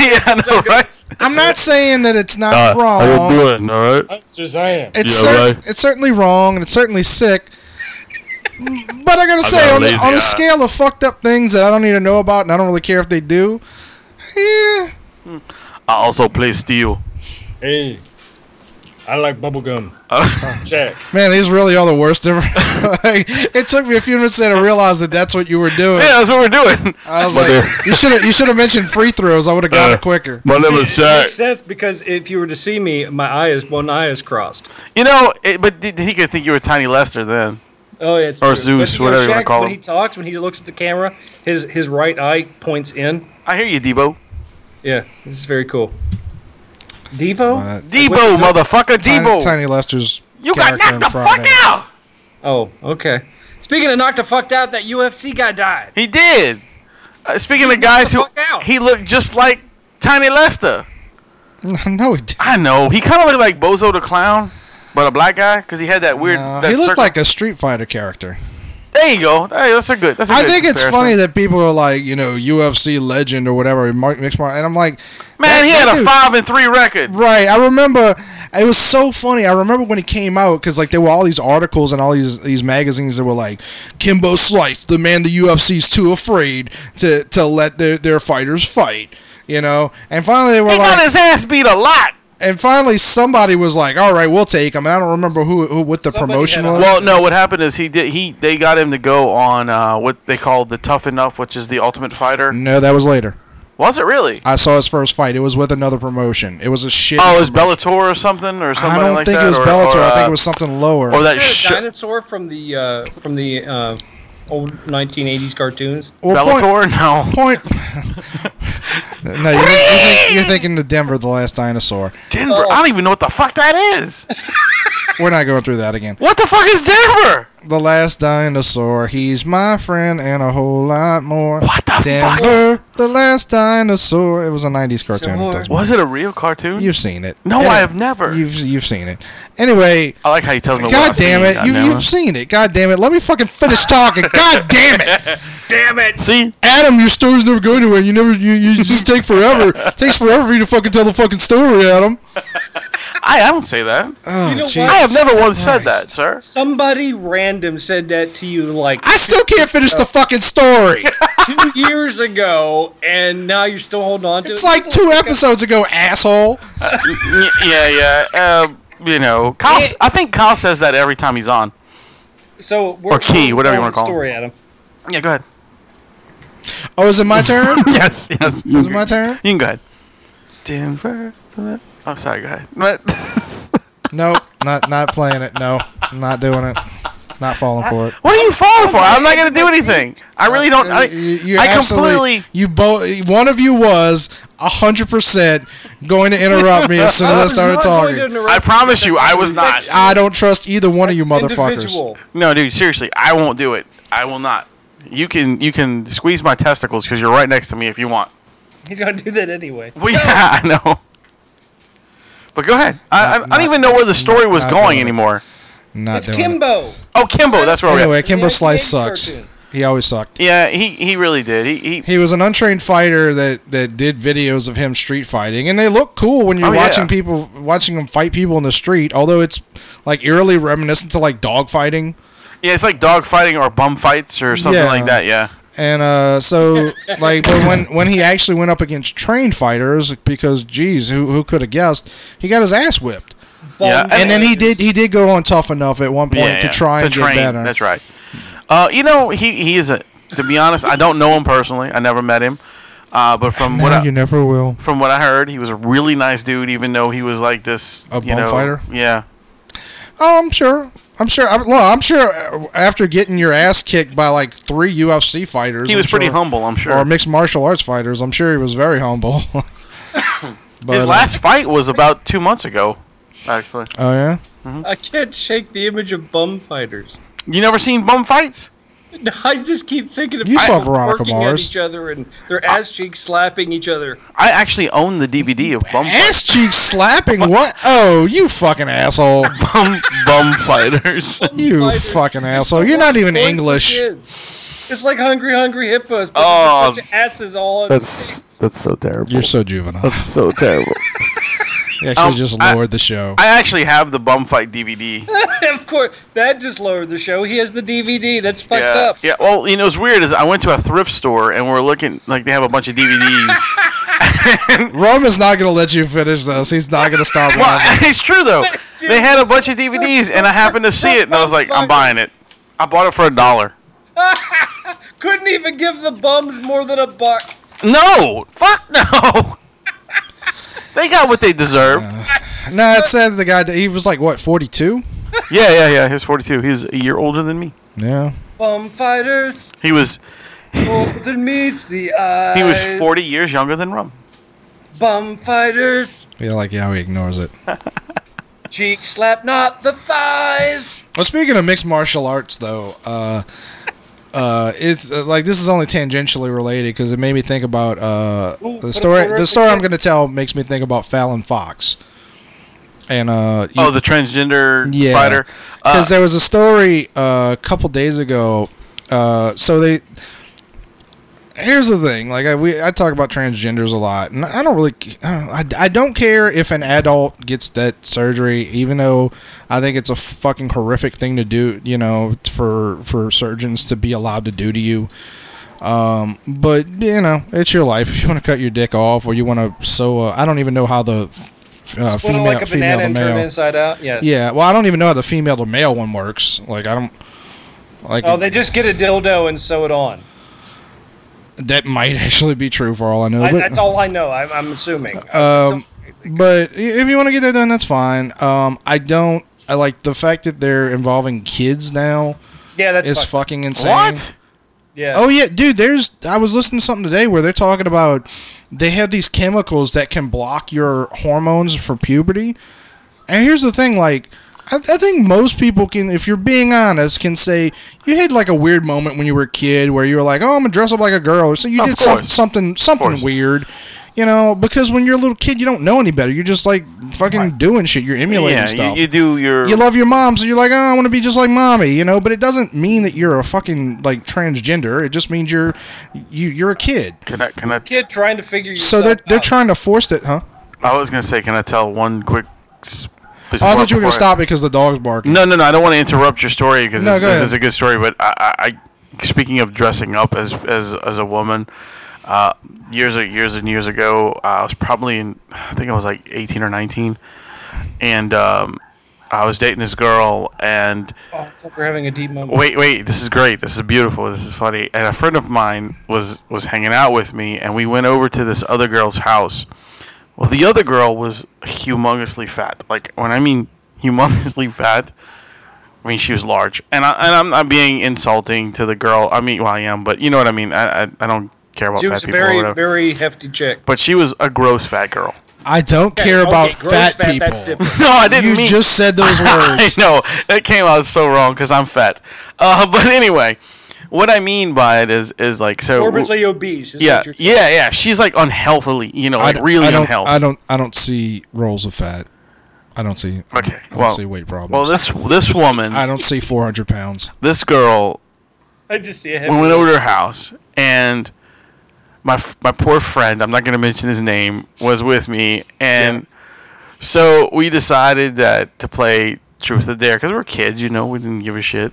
[SPEAKER 3] yeah, I know, right?
[SPEAKER 6] I'm not saying that it's not wrong.
[SPEAKER 3] doing? All right.
[SPEAKER 4] That's Shazam.
[SPEAKER 3] Yeah,
[SPEAKER 6] It's cer-
[SPEAKER 3] right.
[SPEAKER 6] it's certainly wrong and it's certainly sick. but I gotta say,
[SPEAKER 3] Kinda
[SPEAKER 6] on, the,
[SPEAKER 3] lazy,
[SPEAKER 6] on
[SPEAKER 3] huh?
[SPEAKER 6] a scale of fucked up things that I don't need to know about and I don't really care if they do, yeah,
[SPEAKER 3] I also play steel.
[SPEAKER 7] Hey, I like bubblegum. Check.
[SPEAKER 6] man, these really are the worst ever. Like, it took me a few minutes to realize that that's what you were doing.
[SPEAKER 3] Yeah, that's what we're doing.
[SPEAKER 6] I was like, you should have you should have mentioned free throws. I would have got
[SPEAKER 3] Uh,
[SPEAKER 6] it quicker.
[SPEAKER 3] My name is
[SPEAKER 4] Makes sense because if you were to see me, my eye is one eye is crossed.
[SPEAKER 3] You know, it, but did- he could think you were Tiny Lester then.
[SPEAKER 4] Oh, yeah, it's
[SPEAKER 3] Or
[SPEAKER 4] true.
[SPEAKER 3] Zeus,
[SPEAKER 4] But, know,
[SPEAKER 3] whatever you wanna
[SPEAKER 4] Shaq,
[SPEAKER 3] call
[SPEAKER 4] when
[SPEAKER 3] him.
[SPEAKER 4] he talks, when he looks at the camera, his his right eye points in.
[SPEAKER 3] I hear you, Debo.
[SPEAKER 4] Yeah, this is very cool. Devo?
[SPEAKER 3] Debo, motherfucker,
[SPEAKER 6] Tiny,
[SPEAKER 3] Debo.
[SPEAKER 6] Tiny Lester's
[SPEAKER 3] you got
[SPEAKER 6] character
[SPEAKER 3] knocked the
[SPEAKER 6] in Friday.
[SPEAKER 3] fuck out.
[SPEAKER 4] Oh, okay. Speaking of knocked the fucked out, that UFC guy died.
[SPEAKER 3] He did. Uh, speaking of guys who,
[SPEAKER 4] knocked the fuck out.
[SPEAKER 3] he looked just like Tiny Lester.
[SPEAKER 6] no, he didn't.
[SPEAKER 3] I know. He kind of looked like Bozo the Clown, but a black guy because he had that weird.
[SPEAKER 6] Uh,
[SPEAKER 3] that
[SPEAKER 6] he looked
[SPEAKER 3] circle-
[SPEAKER 6] like a Street Fighter character.
[SPEAKER 3] There you go. Hey, that's a good. That's a
[SPEAKER 6] I
[SPEAKER 3] good
[SPEAKER 6] think it's
[SPEAKER 3] comparison.
[SPEAKER 6] funny that people are like, you know, UFC legend or whatever, mar- mixed martial, and I'm like,
[SPEAKER 3] Man,
[SPEAKER 6] that-
[SPEAKER 3] he had
[SPEAKER 6] that
[SPEAKER 3] a
[SPEAKER 6] dude-
[SPEAKER 3] five and three record.
[SPEAKER 6] Right, I remember. It was so funny. I remember when he came out because like there were all these articles and all these these magazines that were like, Kimbo Slice, the man the UFC's too afraid to to let their their fighters fight. You know, and finally they were
[SPEAKER 3] He
[SPEAKER 6] like,
[SPEAKER 3] got his ass beat a lot.
[SPEAKER 6] and finally somebody was like, "All right, we'll take him." And I don't remember who, who what the promotion
[SPEAKER 4] had a-
[SPEAKER 6] was.
[SPEAKER 3] Well, no, what happened is he did. He they got him to go on uh, what they call the Tough Enough, which is the Ultimate Fighter.
[SPEAKER 6] no, that was later.
[SPEAKER 3] Was it really?
[SPEAKER 6] I saw his first fight. It was with another promotion. It was a shit.
[SPEAKER 3] Oh, it was Bellator or something or something
[SPEAKER 6] I don't
[SPEAKER 3] like
[SPEAKER 6] think
[SPEAKER 3] that.
[SPEAKER 6] it was
[SPEAKER 3] or,
[SPEAKER 6] Bellator.
[SPEAKER 3] Or,
[SPEAKER 6] I think
[SPEAKER 3] uh,
[SPEAKER 6] it was something lower.
[SPEAKER 3] Or that
[SPEAKER 4] Is there a
[SPEAKER 3] shit.
[SPEAKER 4] dinosaur from the uh, from the uh, old 1980s cartoons?
[SPEAKER 6] Well, point-
[SPEAKER 3] Bellator? No.
[SPEAKER 6] point. no, you're, you're, think, you're thinking the Denver, the last dinosaur.
[SPEAKER 3] Denver. I don't even know what the fuck that is.
[SPEAKER 6] We're not going through that again.
[SPEAKER 3] What the fuck is Denver?
[SPEAKER 6] The last dinosaur. He's my friend and a whole lot more.
[SPEAKER 3] What the fuck?
[SPEAKER 6] Denver, the last dinosaur. It was a '90s cartoon. It doesn't
[SPEAKER 3] Was it a real cartoon?
[SPEAKER 6] You've seen it.
[SPEAKER 3] No, I have never.
[SPEAKER 6] You've you've seen it. Anyway,
[SPEAKER 3] I like how you tell me.
[SPEAKER 6] god damn it, you've, you've seen it. God damn it, let me fucking finish talking. god damn it,
[SPEAKER 4] Damn it!
[SPEAKER 3] See,
[SPEAKER 6] Adam, your stories never go anywhere. You never you, you just take forever. It takes forever for you to fucking tell the fucking story, Adam.
[SPEAKER 3] I, I don't say that.
[SPEAKER 6] Oh,
[SPEAKER 4] know
[SPEAKER 6] Jesus.
[SPEAKER 4] what?
[SPEAKER 3] I have never once said that,
[SPEAKER 6] Christ.
[SPEAKER 3] sir.
[SPEAKER 4] Somebody random said that to you like
[SPEAKER 6] I still can't finish the fucking story.
[SPEAKER 4] two years ago, and now you're still holding on to
[SPEAKER 6] It's
[SPEAKER 4] it.
[SPEAKER 6] like two episodes ago, asshole.
[SPEAKER 3] Y- yeah, yeah. Um, you know, Kyle. s- I think Kyle says that every time he's on.
[SPEAKER 4] So we're
[SPEAKER 3] Or key, whatever you wanna
[SPEAKER 4] the
[SPEAKER 3] call it.
[SPEAKER 4] story, Adam.
[SPEAKER 3] Yeah, go ahead.
[SPEAKER 6] Oh, is it my turn?
[SPEAKER 3] Yes, yes.
[SPEAKER 6] Is it my turn?
[SPEAKER 3] You can go ahead. Denver. I'm oh, sorry. Go ahead. But-
[SPEAKER 6] Nope, not not playing it. No, not doing it. Not falling for it.
[SPEAKER 3] What are you falling for? I'm not gonna do anything. I really
[SPEAKER 6] Uh,
[SPEAKER 3] don't. I,
[SPEAKER 6] You- you
[SPEAKER 3] I
[SPEAKER 6] absolutely-
[SPEAKER 3] completely.
[SPEAKER 6] You both. One of you was hundred percent going to interrupt me as soon as I started talking.
[SPEAKER 3] I promise you, I was not.
[SPEAKER 6] I don't trust either one of you motherfuckers.
[SPEAKER 4] Individual.
[SPEAKER 3] No, dude, seriously, I won't do it. I will not. You can you can squeeze my testicles because you're right next to me if you want.
[SPEAKER 4] He's gonna do that anyway.
[SPEAKER 3] Well, yeah, I know. But go ahead. I, I, I don't even know where the story was
[SPEAKER 6] not doing
[SPEAKER 3] going
[SPEAKER 6] it.
[SPEAKER 3] anymore.
[SPEAKER 6] Not
[SPEAKER 4] It's
[SPEAKER 6] doing
[SPEAKER 4] Kimbo.
[SPEAKER 3] Oh, Kimbo, that's where
[SPEAKER 6] It.
[SPEAKER 3] we
[SPEAKER 6] Anyway,
[SPEAKER 3] are.
[SPEAKER 6] Kimbo
[SPEAKER 4] It's the
[SPEAKER 6] Slice
[SPEAKER 4] animated
[SPEAKER 6] sucks.
[SPEAKER 4] cartoon.
[SPEAKER 6] He always sucked.
[SPEAKER 3] Yeah, he, he really did. He, he
[SPEAKER 6] He was an untrained fighter that, that did videos of him street fighting, and they look cool when you're
[SPEAKER 3] Oh, yeah.
[SPEAKER 6] watching people watching him fight people in the street. Although it's like eerily reminiscent to like dog fighting.
[SPEAKER 3] yeah, it's like dog fighting or bum fights or something
[SPEAKER 6] Yeah.
[SPEAKER 3] like that. Yeah.
[SPEAKER 6] And uh, so, like, but when when he actually went up against trained fighters, because geez, who who could have guessed? He got his ass whipped,
[SPEAKER 3] Yeah,
[SPEAKER 4] Bum
[SPEAKER 6] and then he
[SPEAKER 4] fighters.
[SPEAKER 6] did he did go on tough enough at one point
[SPEAKER 3] yeah,
[SPEAKER 6] to
[SPEAKER 3] yeah.
[SPEAKER 6] try and get better.
[SPEAKER 3] That's right. Uh, you know, he, he is a. To be honest, I don't know him personally. I never met him. Uh, but from what
[SPEAKER 6] No,
[SPEAKER 3] I,
[SPEAKER 6] you never will.
[SPEAKER 3] from what I heard, he was a really nice dude, even though he was like this.
[SPEAKER 6] A
[SPEAKER 3] you
[SPEAKER 6] bum
[SPEAKER 3] know,
[SPEAKER 6] fighter?
[SPEAKER 3] Yeah.
[SPEAKER 6] Oh, I'm sure. I'm sure. I'm, well, I'm sure uh, after getting your ass kicked by like three UFC fighters,
[SPEAKER 3] He
[SPEAKER 6] I'm
[SPEAKER 3] was pretty
[SPEAKER 6] sure-
[SPEAKER 3] humble, I'm sure.
[SPEAKER 6] or mixed martial arts fighters. I'm sure he was very humble. but,
[SPEAKER 3] His
[SPEAKER 6] uh,
[SPEAKER 3] last fight was about two months ago, actually.
[SPEAKER 6] oh yeah.
[SPEAKER 4] I can't shake the image of bum fighters.
[SPEAKER 3] You never seen bum fights?
[SPEAKER 4] I just keep thinking of
[SPEAKER 6] You saw
[SPEAKER 4] people
[SPEAKER 6] Veronica
[SPEAKER 4] working
[SPEAKER 6] Mars.
[SPEAKER 4] at each other and their ass cheeks slapping each other.
[SPEAKER 3] I actually own the DVD of bum
[SPEAKER 6] Ass cheeks slapping. what? Oh, you fucking asshole.
[SPEAKER 3] bum, bum fighters.
[SPEAKER 6] You
[SPEAKER 4] Fighters.
[SPEAKER 6] fucking asshole. You're not even
[SPEAKER 4] Boys and
[SPEAKER 6] English.
[SPEAKER 4] kids. It's like hungry, hungry hippos, but
[SPEAKER 3] Oh.
[SPEAKER 4] there's a bunch of asses all on
[SPEAKER 3] that's that's so terrible.
[SPEAKER 6] You're so juvenile.
[SPEAKER 3] so terrible.
[SPEAKER 6] You actually
[SPEAKER 3] Um,
[SPEAKER 6] just
[SPEAKER 3] I-
[SPEAKER 6] lowered the show.
[SPEAKER 3] I actually have the bum fight DVD.
[SPEAKER 4] of course, that just lowered the show. He has the DVD. That's fucked
[SPEAKER 3] yeah.
[SPEAKER 4] up.
[SPEAKER 3] Yeah. Well, you know, it's weird. Is I went to a thrift store and we're looking like they have a bunch of DVDs.
[SPEAKER 6] Roman's not going to let you finish this. He's not going to stop
[SPEAKER 3] Well,
[SPEAKER 6] laughing.
[SPEAKER 3] it's true though. They had a bunch of DVDs, and I happened to see it, and I was like, "I'm buying it." I bought it for a dollar.
[SPEAKER 4] Couldn't even give the bums more than a buck.
[SPEAKER 3] No, fuck no. they got what they deserved.
[SPEAKER 6] No, it said the guy, he was like, what, 42?
[SPEAKER 3] Yeah, yeah, yeah. He was 42. He was a year older than me.
[SPEAKER 6] Yeah.
[SPEAKER 4] Bum fighters
[SPEAKER 3] He was
[SPEAKER 4] more than meets the eye.
[SPEAKER 3] he was 40 years younger than Rum.
[SPEAKER 4] Bum fighters
[SPEAKER 6] Yeah, like, yeah, he ignores it.
[SPEAKER 4] cheek slap, not the thighs.
[SPEAKER 6] Well, speaking of mixed martial arts, though, uh, uh, it's uh, like this is only tangentially related because it made me think about uh, the story. The story I'm going to tell makes me think about Fallon Fox. And uh, you-
[SPEAKER 3] Oh, the transgender
[SPEAKER 6] yeah.
[SPEAKER 3] fighter. Uh,
[SPEAKER 6] Because there was a story uh, a couple days ago. Uh, so they. Here's the thing, like I we I talk about transgenders a lot, and I don't really, I don't, I- I don't care if an adult gets that surgery, even though I think it's a fucking horrific thing to do, you know, for for surgeons to be allowed to do to you. Um, but you know, it's your life. If you want to cut your dick off, or you want to sew, a, I don't even know how the f- uh,
[SPEAKER 4] Put it
[SPEAKER 6] female
[SPEAKER 4] like a banana
[SPEAKER 6] female to
[SPEAKER 4] and turn it
[SPEAKER 6] male.
[SPEAKER 4] inside out. Yes.
[SPEAKER 6] Yeah, well, I don't even know how the female to male one works. Like, I don't. Like,
[SPEAKER 4] Oh, they just get a dildo and sew it on.
[SPEAKER 6] that might actually be true for all I know.
[SPEAKER 4] I,
[SPEAKER 6] but,
[SPEAKER 4] that's all I know. I'm, I'm
[SPEAKER 6] Uh,
[SPEAKER 4] assuming.
[SPEAKER 6] but i- if you want to get that done, that's fine. Um, I don't. I like the fact that they're involving kids now
[SPEAKER 4] yeah, that's
[SPEAKER 6] is
[SPEAKER 4] fucked.
[SPEAKER 6] fucking insane.
[SPEAKER 3] what?
[SPEAKER 4] yeah.
[SPEAKER 6] Oh yeah, dude. There's. I was listening to something today where they're talking about they have these chemicals that can block your hormones for puberty. And here's the thing, like. I, I think most people can, if you're being honest, can say you had like a weird moment when you were a kid where you were like, "Oh, I'm gonna dress up like a girl," so you
[SPEAKER 3] Of
[SPEAKER 6] did some,
[SPEAKER 3] course.
[SPEAKER 6] something something
[SPEAKER 3] course.
[SPEAKER 6] weird, you know? Because when you're a little kid, you don't know any better. You're just like fucking doing shit. You're emulating
[SPEAKER 3] Yeah,
[SPEAKER 6] stuff
[SPEAKER 3] you, you do your.
[SPEAKER 6] you love your mom, so you're like, oh, I want to be just like mommy, you know. But it doesn't mean that you're a fucking like transgender. It just means you're you you're a kid.
[SPEAKER 3] can I, can I,
[SPEAKER 4] Kid trying to figure
[SPEAKER 6] So
[SPEAKER 4] yourself
[SPEAKER 6] they're they're
[SPEAKER 4] out.
[SPEAKER 6] trying to force it, huh?
[SPEAKER 3] I was gonna say, can I tell one quick? s-
[SPEAKER 6] Oh, I thought you
[SPEAKER 3] before I-
[SPEAKER 6] were gonna stop because the dog's barking.
[SPEAKER 3] No, no, no. I don't want to interrupt your story because
[SPEAKER 6] No,
[SPEAKER 3] this,
[SPEAKER 6] go
[SPEAKER 3] this
[SPEAKER 6] ahead.
[SPEAKER 3] is a good story. But I, I, I speaking of dressing up as as, as a woman, uh, years and years and years ago, uh, I was probably in, I think I was like eighteen or nineteen, and um, I was dating this girl, and
[SPEAKER 4] Oh, fuck, we're having a deep moment.
[SPEAKER 3] wait, wait, this is great, this is beautiful, this is funny, and a friend of mine was was hanging out with me, and we went over to this other girl's house. Well, the other girl was humongously fat. Like when I mean humongously fat, I mean, she was large, and I and I'm not being insulting to the girl. I mean, well, I am, but you know what I mean. I I, I don't care about
[SPEAKER 4] She
[SPEAKER 3] fat
[SPEAKER 4] was a
[SPEAKER 3] people. or
[SPEAKER 4] very,
[SPEAKER 3] whatever.
[SPEAKER 4] very hefty chick.
[SPEAKER 3] but she was a gross fat girl.
[SPEAKER 6] I don't care
[SPEAKER 4] Okay,
[SPEAKER 6] about
[SPEAKER 4] gross
[SPEAKER 6] fat, people.
[SPEAKER 4] That's different.
[SPEAKER 3] No, I didn't
[SPEAKER 6] You
[SPEAKER 3] mean.
[SPEAKER 6] just said those
[SPEAKER 3] I
[SPEAKER 6] words.
[SPEAKER 3] know that came out so wrong because I'm fat. Uh, but anyway, what I mean by it is is like so.
[SPEAKER 4] Morbidly obese. Is
[SPEAKER 3] yeah,
[SPEAKER 4] What you're saying.
[SPEAKER 3] yeah, yeah. She's like unhealthily, you know, like
[SPEAKER 6] I-
[SPEAKER 3] really
[SPEAKER 6] I don't,
[SPEAKER 3] unhealthy.
[SPEAKER 6] I don't. I don't see rolls of fat. I don't see. I don't,
[SPEAKER 3] Okay,
[SPEAKER 6] I don't
[SPEAKER 3] well-
[SPEAKER 6] see weight problems.
[SPEAKER 3] well, this this woman,
[SPEAKER 6] I don't see 400 pounds.
[SPEAKER 3] this girl,
[SPEAKER 4] I just see a
[SPEAKER 3] we
[SPEAKER 4] heavy.
[SPEAKER 3] went over to her house, and my f- my poor friend, I'm not going to mention his name, was with me, and so we decided that to play Truth or Dare because we were kids, you know, we didn't give a shit,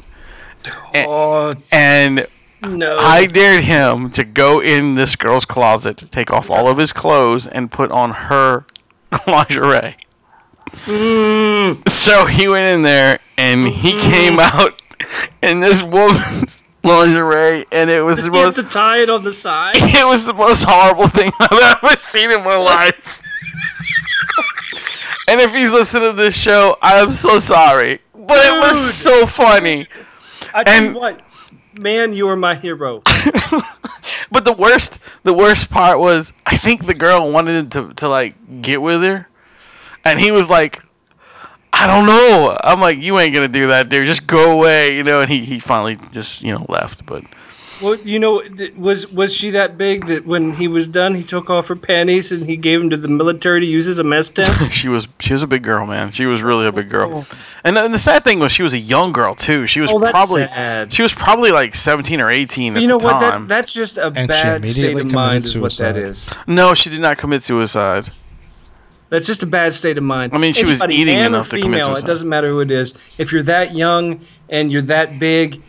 [SPEAKER 4] Oh
[SPEAKER 3] and
[SPEAKER 4] no!
[SPEAKER 3] I dared him to go in this girl's closet, take off all of his clothes, and put on her lingerie.
[SPEAKER 4] Mm.
[SPEAKER 3] So he went in there and he
[SPEAKER 4] Mm-hmm.
[SPEAKER 3] came out in this woman's lingerie, and it was the
[SPEAKER 4] you have
[SPEAKER 3] most
[SPEAKER 4] to tie it on the side.
[SPEAKER 3] it was the most horrible thing I've ever seen in my life. and if he's listening to this show, I am so sorry, but it was so funny.
[SPEAKER 4] I tell
[SPEAKER 3] And-
[SPEAKER 4] you what, man, you are my hero.
[SPEAKER 3] But the worst, the worst part was, I think the girl wanted to to like get with her, and he was like, "I don't know." I'm like, "You ain't gonna do that, dude. Just go away," you know. And he he finally just you know left. But
[SPEAKER 4] Well, you know, th- was was she that big that when he was done, he took off her panties and he gave them to the military to use as a mess tent?
[SPEAKER 3] she was she was a big girl, man. She was really a big girl. And then the sad thing was, she was a young girl too. She was
[SPEAKER 4] Oh, that's
[SPEAKER 3] probably
[SPEAKER 4] sad.
[SPEAKER 3] she was probably like 17 or 18 at
[SPEAKER 4] you know
[SPEAKER 3] the
[SPEAKER 4] what?
[SPEAKER 3] time.
[SPEAKER 4] That, that's just a
[SPEAKER 6] she
[SPEAKER 4] bad state
[SPEAKER 6] immediately
[SPEAKER 4] of mind. Is
[SPEAKER 6] committed
[SPEAKER 4] what that
[SPEAKER 6] suicide.
[SPEAKER 4] is.
[SPEAKER 3] no, she did not commit suicide.
[SPEAKER 4] That's just a bad state of mind.
[SPEAKER 3] I mean, she was eating
[SPEAKER 4] man or
[SPEAKER 3] enough to commit suicide.
[SPEAKER 4] It doesn't matter who it is. If you're that young and you're that big,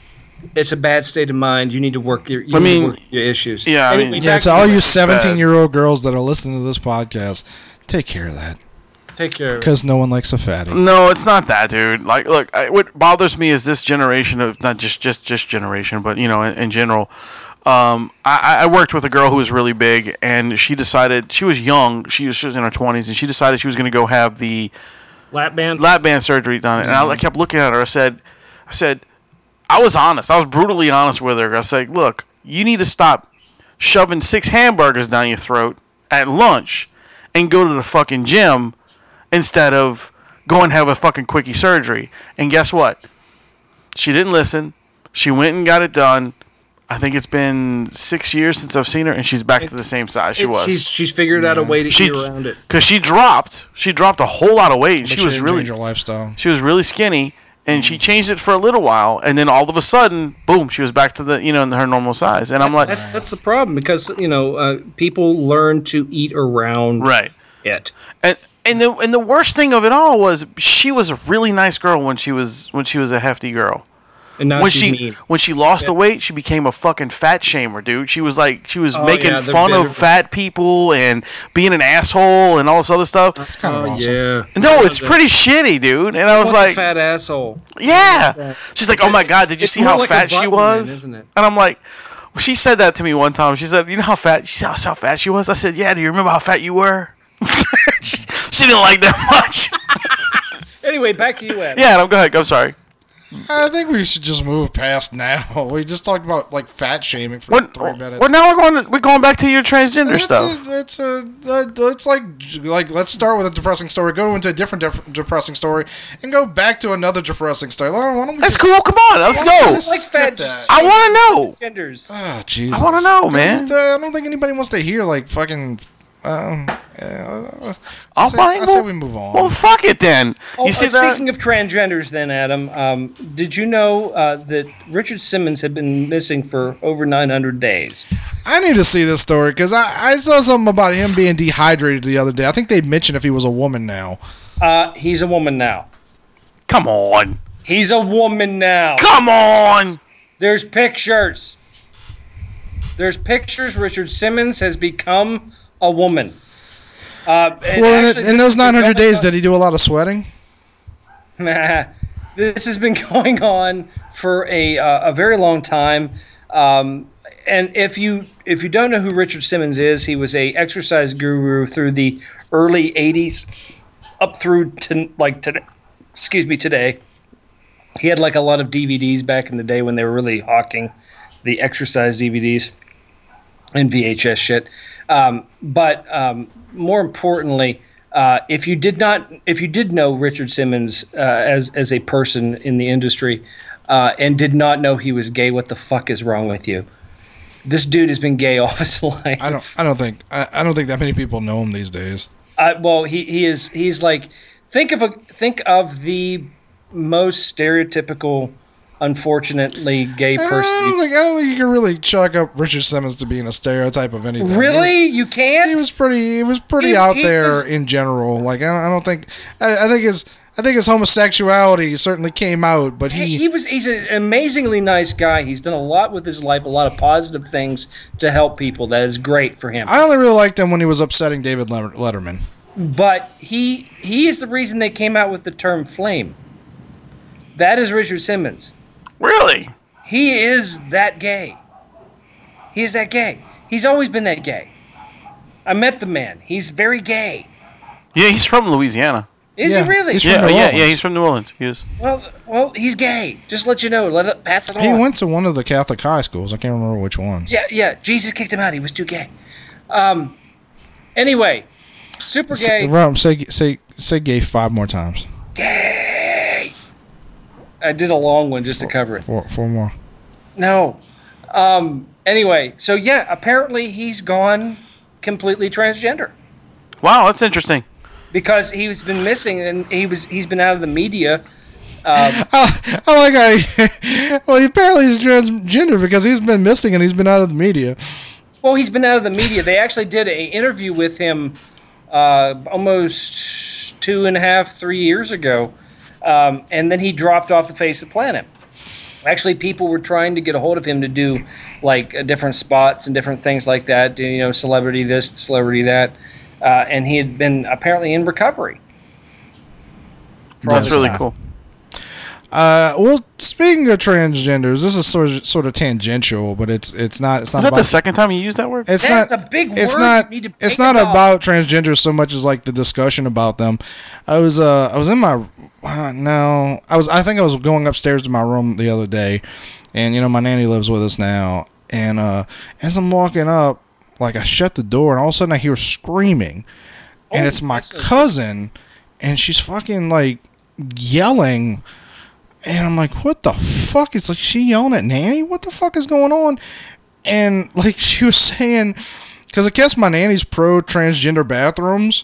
[SPEAKER 4] it's a bad state of mind. You need to work your. You
[SPEAKER 3] I
[SPEAKER 4] need to
[SPEAKER 3] mean,
[SPEAKER 4] work your issues.
[SPEAKER 3] yeah, I mean-
[SPEAKER 4] back
[SPEAKER 6] Yeah,
[SPEAKER 4] to
[SPEAKER 6] so all
[SPEAKER 4] the-
[SPEAKER 6] you
[SPEAKER 3] It's sad.
[SPEAKER 6] 17 year old girls that are listening to this podcast, take care of that
[SPEAKER 4] take care. of it.
[SPEAKER 6] because no one likes a fatty.
[SPEAKER 3] No, it's not that, dude. Like, look, I, what bothers me is this generation of not just just just generation, but you know, in, in general. Um, I, I- I worked with a girl who was really big, and she decided she was young. She was, she was in her twenties, and she decided she was going to go have the
[SPEAKER 4] Lap band.
[SPEAKER 3] lap band surgery done. And I kept looking at her. I said, I said, I was honest. I was brutally honest with her. I said, look, you need to stop shoving six hamburgers down your throat at lunch and go to the fucking gym instead of go and have a fucking quickie surgery. And guess what? She didn't listen. She went and got it done. I think it's been six years since I've seen her, and she's back to the same size she was.
[SPEAKER 4] It's- She's she's figured out a way to
[SPEAKER 3] she,
[SPEAKER 4] get around it.
[SPEAKER 3] because she dropped, she dropped a whole lot of weight. and
[SPEAKER 6] But
[SPEAKER 3] she, was
[SPEAKER 6] didn't
[SPEAKER 3] really
[SPEAKER 6] change her lifestyle.
[SPEAKER 3] she was really skinny and
[SPEAKER 4] Mm.
[SPEAKER 3] she changed it for a little while and then all of a sudden boom she was back to the you know her normal size and i'm like
[SPEAKER 4] That's that's the problem because you know uh, people learn to eat around
[SPEAKER 3] right
[SPEAKER 4] it.
[SPEAKER 3] and and the and the worst thing of it all was she was a really nice girl when she was when she was a hefty girl
[SPEAKER 4] And now
[SPEAKER 3] when
[SPEAKER 4] she's
[SPEAKER 3] she
[SPEAKER 4] mean.
[SPEAKER 3] when she lost the weight, she became a fucking fat shamer, dude. She was like she was making
[SPEAKER 4] Oh, yeah, they're
[SPEAKER 3] fun of
[SPEAKER 4] bitter.
[SPEAKER 3] fat people and being an asshole and all this other stuff.
[SPEAKER 6] It's kind of
[SPEAKER 4] Oh
[SPEAKER 6] awesome.
[SPEAKER 4] yeah.
[SPEAKER 3] no, it's pretty shitty, dude. And I was
[SPEAKER 4] What's a
[SPEAKER 3] like,
[SPEAKER 4] fat asshole.
[SPEAKER 3] Yeah. She's like, oh my God, did you
[SPEAKER 4] It's
[SPEAKER 3] see
[SPEAKER 4] more
[SPEAKER 3] how
[SPEAKER 4] like a
[SPEAKER 3] fat she
[SPEAKER 4] button
[SPEAKER 3] was?
[SPEAKER 4] then, isn't it?
[SPEAKER 3] And I'm like, well, she said that to me one time. She said, you know how fat, she said, how, how fat she was? I said, yeah, do you remember how fat you were? she, she didn't like that much.
[SPEAKER 4] Anyway, back to you, Adam.
[SPEAKER 3] yeah, and I'm, go ahead. I'm sorry.
[SPEAKER 6] I think we should just move past now. We just talked about like fat shaming for
[SPEAKER 3] What,
[SPEAKER 6] three minutes.
[SPEAKER 3] well, now we're going, to, we're going back to your transgender
[SPEAKER 6] That's
[SPEAKER 3] stuff.
[SPEAKER 6] A, it's a that- that's like like let's start with a depressing story, go into a different def- depressing story, and go back to another depressing story. Why don't we
[SPEAKER 3] That's
[SPEAKER 6] just-
[SPEAKER 3] cool. Come on. Let's
[SPEAKER 6] why don't we
[SPEAKER 3] go.
[SPEAKER 6] just
[SPEAKER 4] Like
[SPEAKER 6] skip
[SPEAKER 4] fat-
[SPEAKER 6] that?
[SPEAKER 3] I want to know.
[SPEAKER 4] Genders.
[SPEAKER 6] Ah, Jesus. uh,
[SPEAKER 3] I want to know, man.
[SPEAKER 6] I don't think anybody wants to hear like fucking. Um, uh,
[SPEAKER 3] I'll
[SPEAKER 6] say-
[SPEAKER 3] find
[SPEAKER 6] I say
[SPEAKER 3] well-
[SPEAKER 6] we move on.
[SPEAKER 3] Well, fuck it then.
[SPEAKER 4] Oh,
[SPEAKER 3] you see
[SPEAKER 4] uh,
[SPEAKER 3] that?
[SPEAKER 4] speaking of transgenders, then Adam, um, did you know uh, that Richard Simmons had been missing for over 900 days?
[SPEAKER 6] I need to see this story because I, I saw something about him being dehydrated the other day. I think they mentioned if he was a woman now.
[SPEAKER 4] Uh, he's a woman now.
[SPEAKER 3] Come on.
[SPEAKER 4] He's a woman now.
[SPEAKER 3] Come on.
[SPEAKER 4] There's pictures. There's pictures. Richard Simmons has become a woman. Uh, and
[SPEAKER 6] Well,
[SPEAKER 4] actually,
[SPEAKER 6] in, in
[SPEAKER 4] this
[SPEAKER 6] those
[SPEAKER 4] has been
[SPEAKER 6] 900
[SPEAKER 4] going
[SPEAKER 6] days, did he do a lot of sweating?
[SPEAKER 4] this has been going on for a uh, a very long time. Um, and if you if you don't know who Richard Simmons is, he was a exercise guru through the early '80s, up through to like today. Excuse me, today. He had like a lot of DVDs back in the day when they were really hawking the exercise DVDs and VHS shit. Um, but um, more importantly, uh, if you did not, if you did know Richard Simmons uh, as as a person in the industry, uh, and did not know he was gay, what the fuck is wrong with you? This dude has been gay all his life.
[SPEAKER 6] I don't. I don't think. I, I don't think that many people know him these days.
[SPEAKER 4] Uh, well, he, he is he's like think of a think of the most stereotypical, unfortunately gay
[SPEAKER 6] I
[SPEAKER 4] person.
[SPEAKER 6] don't think. I don't think you can really chalk up Richard Simmons to being a stereotype of anything. He was-
[SPEAKER 4] really, you can't.
[SPEAKER 6] he was pretty he was pretty
[SPEAKER 4] He-
[SPEAKER 6] out
[SPEAKER 4] he
[SPEAKER 6] there
[SPEAKER 4] was-
[SPEAKER 6] in general like I don't, I don't think I, I think his I think his homosexuality certainly came out but
[SPEAKER 4] he,
[SPEAKER 6] he,
[SPEAKER 4] he was he's an amazingly nice guy. He's done a lot with his life, a lot of positive things to help people. That is great for him.
[SPEAKER 6] I only really liked him when he was upsetting David Letter- Letterman
[SPEAKER 4] but he he is the reason they came out with the term flame. That is Richard Simmons.
[SPEAKER 3] Really?
[SPEAKER 4] He is that gay. He is that gay. He's always been that gay. I met the man. He's very gay.
[SPEAKER 3] Yeah, he's from Louisiana.
[SPEAKER 4] Is
[SPEAKER 6] Yeah,
[SPEAKER 4] he really?
[SPEAKER 6] he's from-
[SPEAKER 3] Yeah,
[SPEAKER 6] New
[SPEAKER 3] yeah,
[SPEAKER 6] Orleans.
[SPEAKER 3] yeah. He's from New Orleans. He is.
[SPEAKER 4] well, well, he's gay. Just let you know. Let it pass it on.
[SPEAKER 6] he went to one of the Catholic high schools I can't remember which one
[SPEAKER 4] Yeah, yeah. Jesus kicked him out. He was too gay. Um. Anyway, super gay.
[SPEAKER 6] say, Rome, say say say gay five more times
[SPEAKER 4] I did a long one just to cover it.
[SPEAKER 6] four four more
[SPEAKER 4] No. Um. Anyway, so yeah. Apparently, he's gone completely transgender.
[SPEAKER 3] Wow, that's interesting.
[SPEAKER 4] Because he's been missing, and he was he's been out of the media
[SPEAKER 6] I like I well he apparently is transgender because he's been missing and he's been out of the media
[SPEAKER 4] Well, he's been out of the media. They actually did a interview with him uh, almost two and a half, three years ago, um, and then he dropped off the face of the planet. Actually, people were trying to get a hold of him to do like uh, different spots and different things like that. You know, celebrity this, celebrity that, uh, and he had been apparently in recovery.
[SPEAKER 3] That's
[SPEAKER 6] Yes.
[SPEAKER 3] really cool.
[SPEAKER 6] Uh, well speaking of transgenders this is sort of, sort of tangential but it's it's not it's not
[SPEAKER 3] Is that
[SPEAKER 6] about-
[SPEAKER 3] the second time you used that word?
[SPEAKER 6] it's
[SPEAKER 4] That's
[SPEAKER 6] not
[SPEAKER 4] a big
[SPEAKER 6] it's
[SPEAKER 4] word.
[SPEAKER 6] not
[SPEAKER 4] You need to
[SPEAKER 6] it's
[SPEAKER 4] pick
[SPEAKER 6] not
[SPEAKER 4] it up.
[SPEAKER 6] about transgender so much as like the discussion about them i was uh i was in my uh, no i was i think i was going upstairs to my room the other day and you know my nanny lives with us now and uh as i'm walking up like i shut the door and all of a sudden i hear screaming and
[SPEAKER 4] Oh,
[SPEAKER 6] it's my cousin and she's fucking like yelling and I'm like, what the fuck? It's like she yelling at Nanny. What the fuck is going on? And like she was saying, because I guess my nanny's pro transgender bathrooms,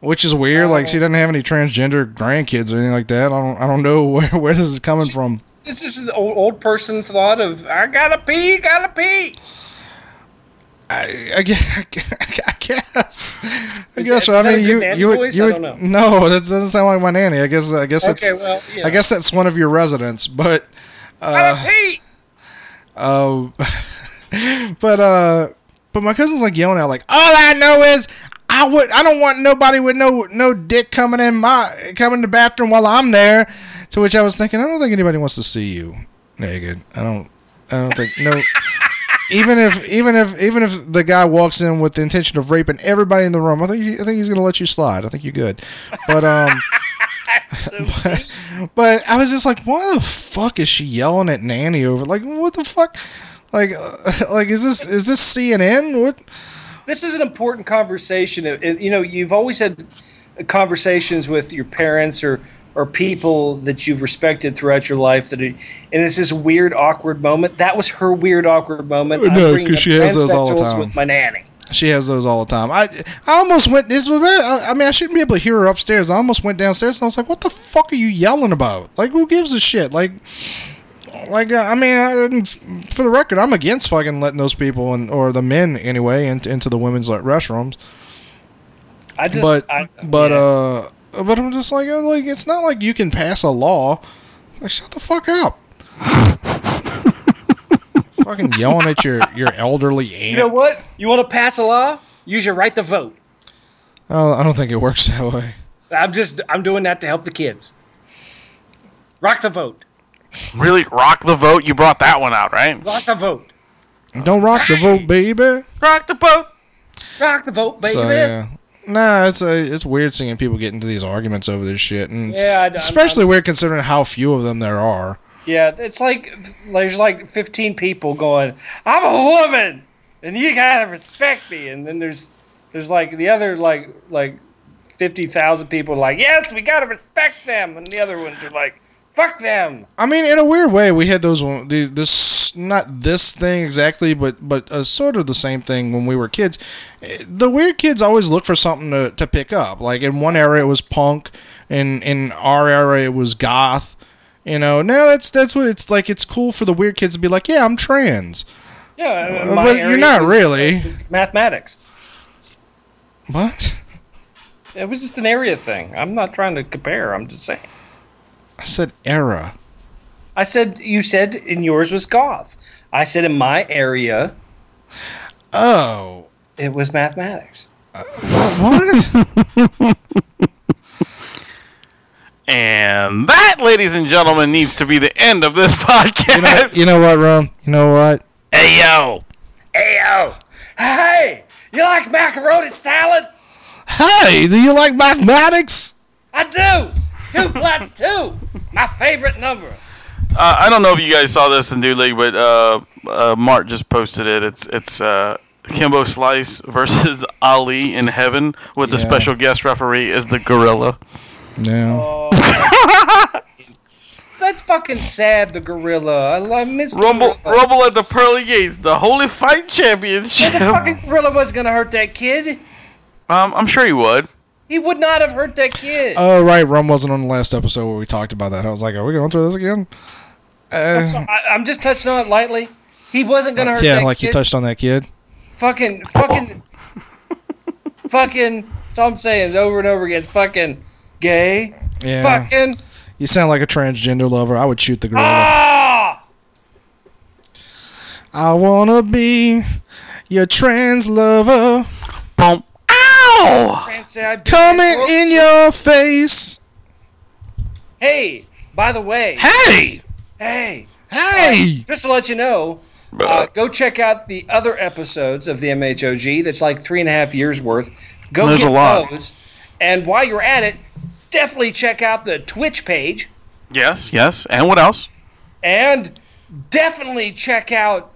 [SPEAKER 6] which is weird. Like
[SPEAKER 4] Oh.
[SPEAKER 6] she doesn't have any transgender grandkids or anything like that. I don't, I don't know where, where this is coming from.
[SPEAKER 4] This is the old, old person thought of I gotta pee, gotta pee.
[SPEAKER 6] I guess. I guess. I
[SPEAKER 4] Is that-
[SPEAKER 6] guess. I
[SPEAKER 4] is that a
[SPEAKER 6] mean,
[SPEAKER 4] good
[SPEAKER 6] you.
[SPEAKER 4] nanny
[SPEAKER 6] you would,
[SPEAKER 4] voice?
[SPEAKER 6] You
[SPEAKER 4] I
[SPEAKER 6] would,
[SPEAKER 4] don't
[SPEAKER 6] No, that doesn't sound like my nanny. I guess. I guess
[SPEAKER 4] Okay,
[SPEAKER 6] that's.
[SPEAKER 4] well, yeah.
[SPEAKER 6] I guess that's one of your residents, but. Uh,
[SPEAKER 4] gotta pee.
[SPEAKER 6] Um, But uh, but my cousin's like yelling out like, all I know is I would I don't want nobody with no no dick coming in my coming to the bathroom while I'm there. To which I was thinking, I don't think anybody wants to see you naked. I don't I don't think no. Even if even if even if the guy walks in with the intention of raping everybody in the room, I think he- I think he's gonna let you slide. I think you're good. But um. But I was just like, why the fuck is she yelling at Nanny over? Like, what the fuck? Like, like is this is this CNN? What?
[SPEAKER 4] this is an important conversation. It- it- You know, you've always had conversations with your parents or or people that you've respected throughout your life that, it, and it's this weird awkward moment. That was her weird awkward moment. I'm
[SPEAKER 6] No,
[SPEAKER 4] bringing
[SPEAKER 6] 'cause
[SPEAKER 4] up
[SPEAKER 6] she has those all the
[SPEAKER 4] transsexuals
[SPEAKER 6] time.
[SPEAKER 4] With my nanny.
[SPEAKER 6] She has those all the time. I I almost went. This was bad. I, I mean, I shouldn't be able to hear her upstairs. I almost went downstairs and I was like, what the fuck are you yelling about? Like, who gives a shit? Like. Like uh, I mean, I, didn't- for the record, I'm against fucking letting those people and or the men anyway into, into the women's like restrooms.
[SPEAKER 4] I just,
[SPEAKER 6] but
[SPEAKER 4] I,
[SPEAKER 6] but
[SPEAKER 4] yeah.
[SPEAKER 6] uh but I'm just like I'm like it's not like you can pass a law. Like shut the fuck up. Fucking yelling at your your elderly aunt.
[SPEAKER 4] you know what? You want to pass a law? Use your right to vote.
[SPEAKER 6] I, don't, I don't think it works that way.
[SPEAKER 4] I'm just, I'm doing that to help the kids. Rock the vote.
[SPEAKER 3] Really, rock the vote. You brought that one out, right?
[SPEAKER 4] Rock the vote.
[SPEAKER 6] Don't rock the vote, baby.
[SPEAKER 3] Rock the boat.
[SPEAKER 4] Rock the vote, baby.
[SPEAKER 6] So yeah, nah, it's a, it's weird seeing people get into these arguments over this shit, and
[SPEAKER 4] Yeah, I- I'm-
[SPEAKER 6] especially weird considering how few of them there are.
[SPEAKER 4] Yeah, it's like there's like 15 people going, "I'm a woman, and you gotta respect me." And then there's there's like the other like like 50,000 people like, "Yes, we gotta respect them," and the other ones are like, "Fuck them."
[SPEAKER 6] I mean, in a weird way, we had those one- the- this not this thing exactly, but but uh, sort of the same thing when we were kids. Eh, The weird kids always look for something to, to pick up. Like in one era, it was punk, and in our era, it was goth. You know, now that's that's what it's like. It's cool for the weird kids to be like, "Yeah, I'm trans,"
[SPEAKER 4] Yeah,
[SPEAKER 6] Uh, but you're not really.
[SPEAKER 4] It's mathematics.
[SPEAKER 6] What?
[SPEAKER 4] It was just an area thing. I'm not trying to compare. I'm just saying.
[SPEAKER 6] I said era.
[SPEAKER 4] I said you said in yours was goth. I said in my area
[SPEAKER 6] Oh,
[SPEAKER 4] it was mathematics.
[SPEAKER 6] what?
[SPEAKER 3] And that, ladies and gentlemen, needs to be the end of this podcast.
[SPEAKER 6] you know what, Ron? You know what?
[SPEAKER 5] Hey, yo.
[SPEAKER 4] Hey yo, hey, you like macaroni salad?
[SPEAKER 6] Hey, do you like mathematics?
[SPEAKER 4] I do. Two plus two, my favorite number.
[SPEAKER 3] Uh, I don't know if you guys saw this in Dude League, but uh, uh, Mart just posted it. It's it's uh, Kimbo Slice versus Ali in Heaven with the
[SPEAKER 6] Yeah.
[SPEAKER 3] special guest referee is the gorilla.
[SPEAKER 6] No.
[SPEAKER 4] That's fucking sad. The gorilla. I, lo- I miss the
[SPEAKER 3] Rumble
[SPEAKER 4] gorilla.
[SPEAKER 3] Rumble at the Pearly Gates, the Holy Fight Championship.
[SPEAKER 4] The
[SPEAKER 3] um,
[SPEAKER 4] fucking gorilla wasn't gonna hurt that kid.
[SPEAKER 3] I'm sure you would.
[SPEAKER 4] He would not have hurt that kid.
[SPEAKER 6] Oh right, Rum wasn't on the last episode where we talked about that. I was like, are we going through this again?
[SPEAKER 4] I, I'm just touching on it lightly. He wasn't gonna hurt
[SPEAKER 6] Uh, yeah,
[SPEAKER 4] that
[SPEAKER 6] like
[SPEAKER 4] kid.
[SPEAKER 6] you touched on that kid.
[SPEAKER 4] fucking fucking fucking that's all I'm saying is over and over again fucking gay
[SPEAKER 6] Yeah,
[SPEAKER 4] fucking
[SPEAKER 6] you sound like a transgender lover. I would shoot the gorilla.
[SPEAKER 4] ah
[SPEAKER 6] I wanna be your trans lover,
[SPEAKER 3] Boom. Ow!
[SPEAKER 4] and say I-
[SPEAKER 6] coming in your face.
[SPEAKER 4] hey by the way
[SPEAKER 6] Hey,
[SPEAKER 4] hey
[SPEAKER 6] hey,
[SPEAKER 4] just to let you know uh, go check out the other episodes of the MHOG that's like three and a half years worth go
[SPEAKER 3] There's
[SPEAKER 4] get
[SPEAKER 3] a lot.
[SPEAKER 4] those and while you're at it definitely check out the Twitch page
[SPEAKER 3] Yes, yes. And what else?
[SPEAKER 4] and definitely check out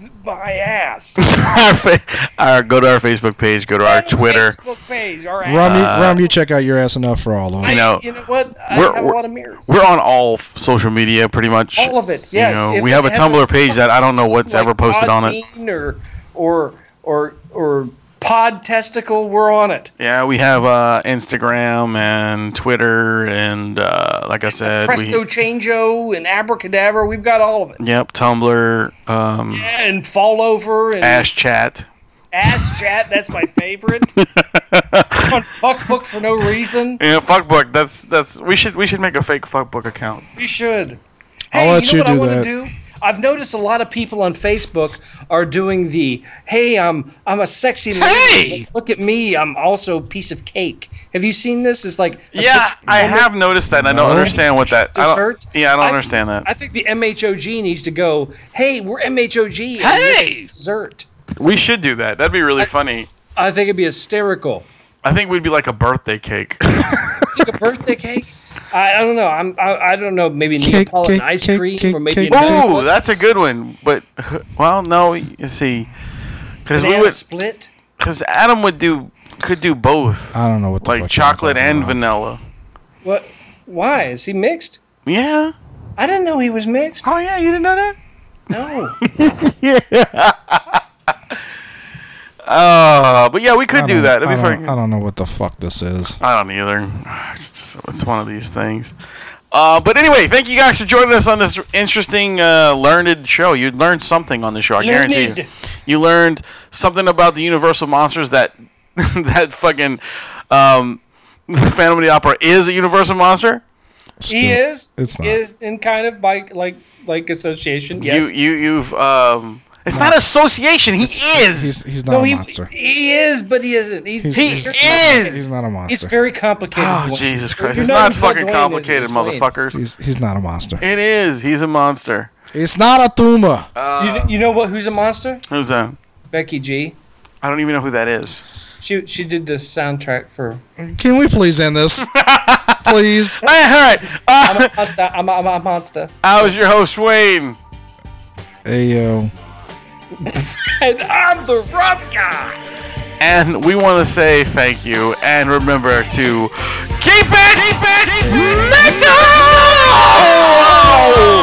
[SPEAKER 4] th- my ass
[SPEAKER 3] our, fa- our go to our Facebook page, go to our Twitter.
[SPEAKER 4] Facebook page. All right.
[SPEAKER 6] Rum, you, Rum, you check out your ass enough for all of
[SPEAKER 4] I-
[SPEAKER 6] us.
[SPEAKER 3] You know,
[SPEAKER 4] you know what? I
[SPEAKER 3] we're-
[SPEAKER 4] have a
[SPEAKER 3] we're-
[SPEAKER 4] lot of mirrors.
[SPEAKER 3] We're on all f- social media, pretty much.
[SPEAKER 4] All of it, Oh, yes.
[SPEAKER 3] You know,
[SPEAKER 4] If
[SPEAKER 3] we
[SPEAKER 4] they
[SPEAKER 3] have a
[SPEAKER 4] have
[SPEAKER 3] Tumblr
[SPEAKER 4] a-
[SPEAKER 3] page that I don't know what's
[SPEAKER 4] Like
[SPEAKER 3] ever posted on it.
[SPEAKER 4] Podbean Or, or or or pod testicle. We're on it.
[SPEAKER 3] Yeah, we have uh, Instagram and Twitter, and uh, like I said,
[SPEAKER 4] Presto
[SPEAKER 3] we
[SPEAKER 4] Changeo and Abracadabra. We've got all of it.
[SPEAKER 3] yep Tumblr, um,
[SPEAKER 4] And fall over and
[SPEAKER 3] Ash Chat.
[SPEAKER 4] ass chat. That's my favorite. on fuck book for no reason.
[SPEAKER 3] Yeah, fuckbook. That's that's we should we should make a fake fuckbook account.
[SPEAKER 4] We should.
[SPEAKER 6] I'll
[SPEAKER 4] hey,
[SPEAKER 6] let
[SPEAKER 4] you
[SPEAKER 6] you
[SPEAKER 4] know
[SPEAKER 6] do
[SPEAKER 4] what I want
[SPEAKER 6] that.
[SPEAKER 4] to do? I've noticed a lot of people on Facebook are doing the "Hey, I'm I'm a sexy lady.
[SPEAKER 5] Hey!
[SPEAKER 4] but Look at me, I'm also a piece of cake." Have you seen this? It's like a
[SPEAKER 3] Yeah,
[SPEAKER 4] picture of
[SPEAKER 3] I
[SPEAKER 4] a woman
[SPEAKER 3] have noticed that. and I don't understand what that. I
[SPEAKER 4] that's
[SPEAKER 3] don't-
[SPEAKER 4] hurt.
[SPEAKER 3] yeah, I don't
[SPEAKER 4] I-
[SPEAKER 3] understand that.
[SPEAKER 4] I think the MHOG needs to go. Hey, we're MHOG. and this
[SPEAKER 5] Hey!
[SPEAKER 4] is dessert.
[SPEAKER 3] we should do that. That'd be really funny.
[SPEAKER 4] I think it'd be hysterical.
[SPEAKER 3] I think we'd be like a birthday cake.
[SPEAKER 4] Like a birthday cake. I, I don't know. I'm I, I don't know. Maybe
[SPEAKER 6] Cake,
[SPEAKER 4] Neapolitan
[SPEAKER 6] cake,
[SPEAKER 4] ice
[SPEAKER 6] cake,
[SPEAKER 4] cream,
[SPEAKER 6] cake,
[SPEAKER 4] or maybe
[SPEAKER 6] cake.
[SPEAKER 4] a
[SPEAKER 6] Ooh,
[SPEAKER 3] Ooh, that's a good one. But well, no, you see, because we
[SPEAKER 4] banana
[SPEAKER 3] would
[SPEAKER 4] split.
[SPEAKER 3] because Adam would do could do both,
[SPEAKER 6] I don't know what the
[SPEAKER 3] like
[SPEAKER 6] fuck y'all
[SPEAKER 3] chocolate
[SPEAKER 6] talking
[SPEAKER 3] and
[SPEAKER 6] about.
[SPEAKER 3] vanilla.
[SPEAKER 4] What? Why is he mixed?
[SPEAKER 3] Yeah.
[SPEAKER 4] I didn't know he was mixed.
[SPEAKER 3] Oh yeah, you didn't know that?
[SPEAKER 4] No.
[SPEAKER 3] Uh, but yeah, we could
[SPEAKER 6] I
[SPEAKER 3] do
[SPEAKER 6] don't-
[SPEAKER 3] that. That'd
[SPEAKER 6] I
[SPEAKER 3] be
[SPEAKER 6] don't-
[SPEAKER 3] funny.
[SPEAKER 6] I don't know what the fuck this is.
[SPEAKER 3] I don't either. It's, just- it's one of these things. Uh, but anyway, thank you guys for joining us on this interesting, uh, learned show. You learned something on the show, I guarantee you.
[SPEAKER 4] Learned.
[SPEAKER 3] You learned something about the Universal monsters that that fucking um, Phantom of the Opera is a Universal monster.
[SPEAKER 4] He
[SPEAKER 6] Still-
[SPEAKER 4] is.
[SPEAKER 6] It's not.
[SPEAKER 4] Is in kind of by like like association. Yes.
[SPEAKER 3] You you you've um, it's not association. He is.
[SPEAKER 6] He's, he's not
[SPEAKER 4] no,
[SPEAKER 6] a
[SPEAKER 4] he,
[SPEAKER 6] monster.
[SPEAKER 4] he is, but he isn't. He's
[SPEAKER 6] He's-
[SPEAKER 3] He
[SPEAKER 6] he's- He's
[SPEAKER 3] is.
[SPEAKER 6] not a
[SPEAKER 4] it's
[SPEAKER 6] monster.
[SPEAKER 4] very complicated.
[SPEAKER 3] Oh
[SPEAKER 4] Dwayne.
[SPEAKER 3] Jesus
[SPEAKER 4] You're
[SPEAKER 3] Christ! It's
[SPEAKER 4] not
[SPEAKER 3] not
[SPEAKER 4] even called
[SPEAKER 3] fucking
[SPEAKER 4] Dwayne,
[SPEAKER 3] complicated,
[SPEAKER 4] it's Dwayne.
[SPEAKER 3] motherfuckers.
[SPEAKER 6] He's, he's not a monster.
[SPEAKER 3] It is. He's a monster.
[SPEAKER 6] It's not a tumor.
[SPEAKER 4] You, you know what? Who's a monster?
[SPEAKER 3] Who's that?
[SPEAKER 4] Becky G.
[SPEAKER 3] I don't even know who that is.
[SPEAKER 4] She she did the soundtrack for.
[SPEAKER 6] Can we please end this? please.
[SPEAKER 3] All right.
[SPEAKER 4] I'm
[SPEAKER 3] Uh,
[SPEAKER 4] a monster. I'm a, I'm a monster.
[SPEAKER 3] I was your host, Wayne.
[SPEAKER 6] Ayo.
[SPEAKER 4] And I'm the rough guy.
[SPEAKER 3] And we want to say thank you. And remember to keep it, keep it, Oh, mental!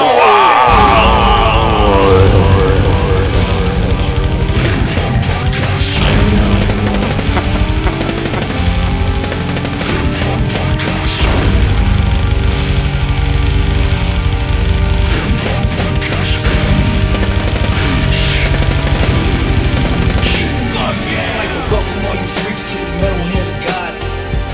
[SPEAKER 8] I'd like to welcome all you freaks to the metal hand of God.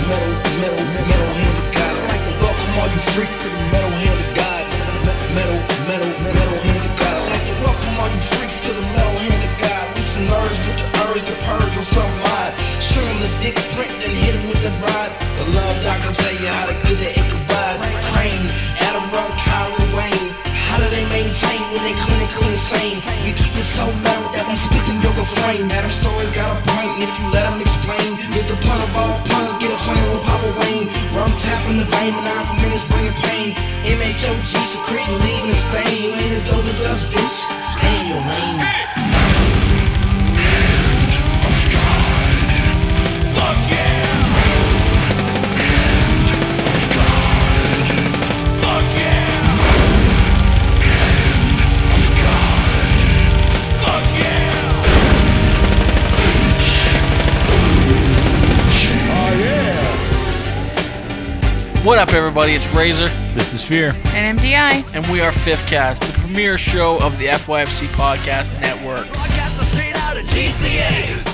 [SPEAKER 8] Metal, metal, metal hand of God. I'd like to welcome all you freaks to the metal hand of God. Me- Metal, metal, metal hand of God. I'd like to welcome all you freaks to the metal hand of God. We some nerds with the urge to purge on some line. Shoot 'em the dick print and hit 'em with the rod. The love doctor tell you how to get it in Crane, Adam Rowe, Kyrie Wayne. How do they maintain when they clinically insane? We keep it so mellow that we speak in your refrain. Adam story got a point, and if you let 'em explain, it's the pun of all puns. Get a plan with Papa Wayne. Where I'm tapping the vein, and I'm minutes bringing pain. MHOG secreting, leaving a stain. You ain't as dope as us, bitch. Stay in your lane.
[SPEAKER 9] What up, everybody? It's Razor,
[SPEAKER 10] This is Fear.
[SPEAKER 11] And MDI.
[SPEAKER 9] and we are Fifth Cast, the premier show of the FYFC Podcast Network.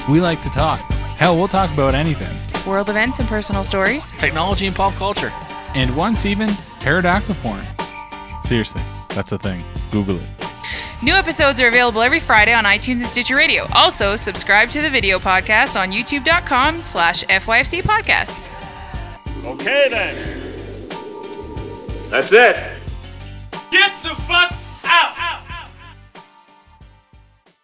[SPEAKER 10] We like to talk. Hell, we'll talk about anything.
[SPEAKER 11] World events and personal stories.
[SPEAKER 9] Technology and pop culture.
[SPEAKER 10] And once even, pterodactyl porn. Seriously, that's a thing. Google it.
[SPEAKER 11] New episodes are available every Friday on iTunes and Stitcher Radio. Also, subscribe to the video podcast on youtube.com slash FYFC podcasts.
[SPEAKER 7] Okay then.
[SPEAKER 2] That's it.
[SPEAKER 8] Get the fuck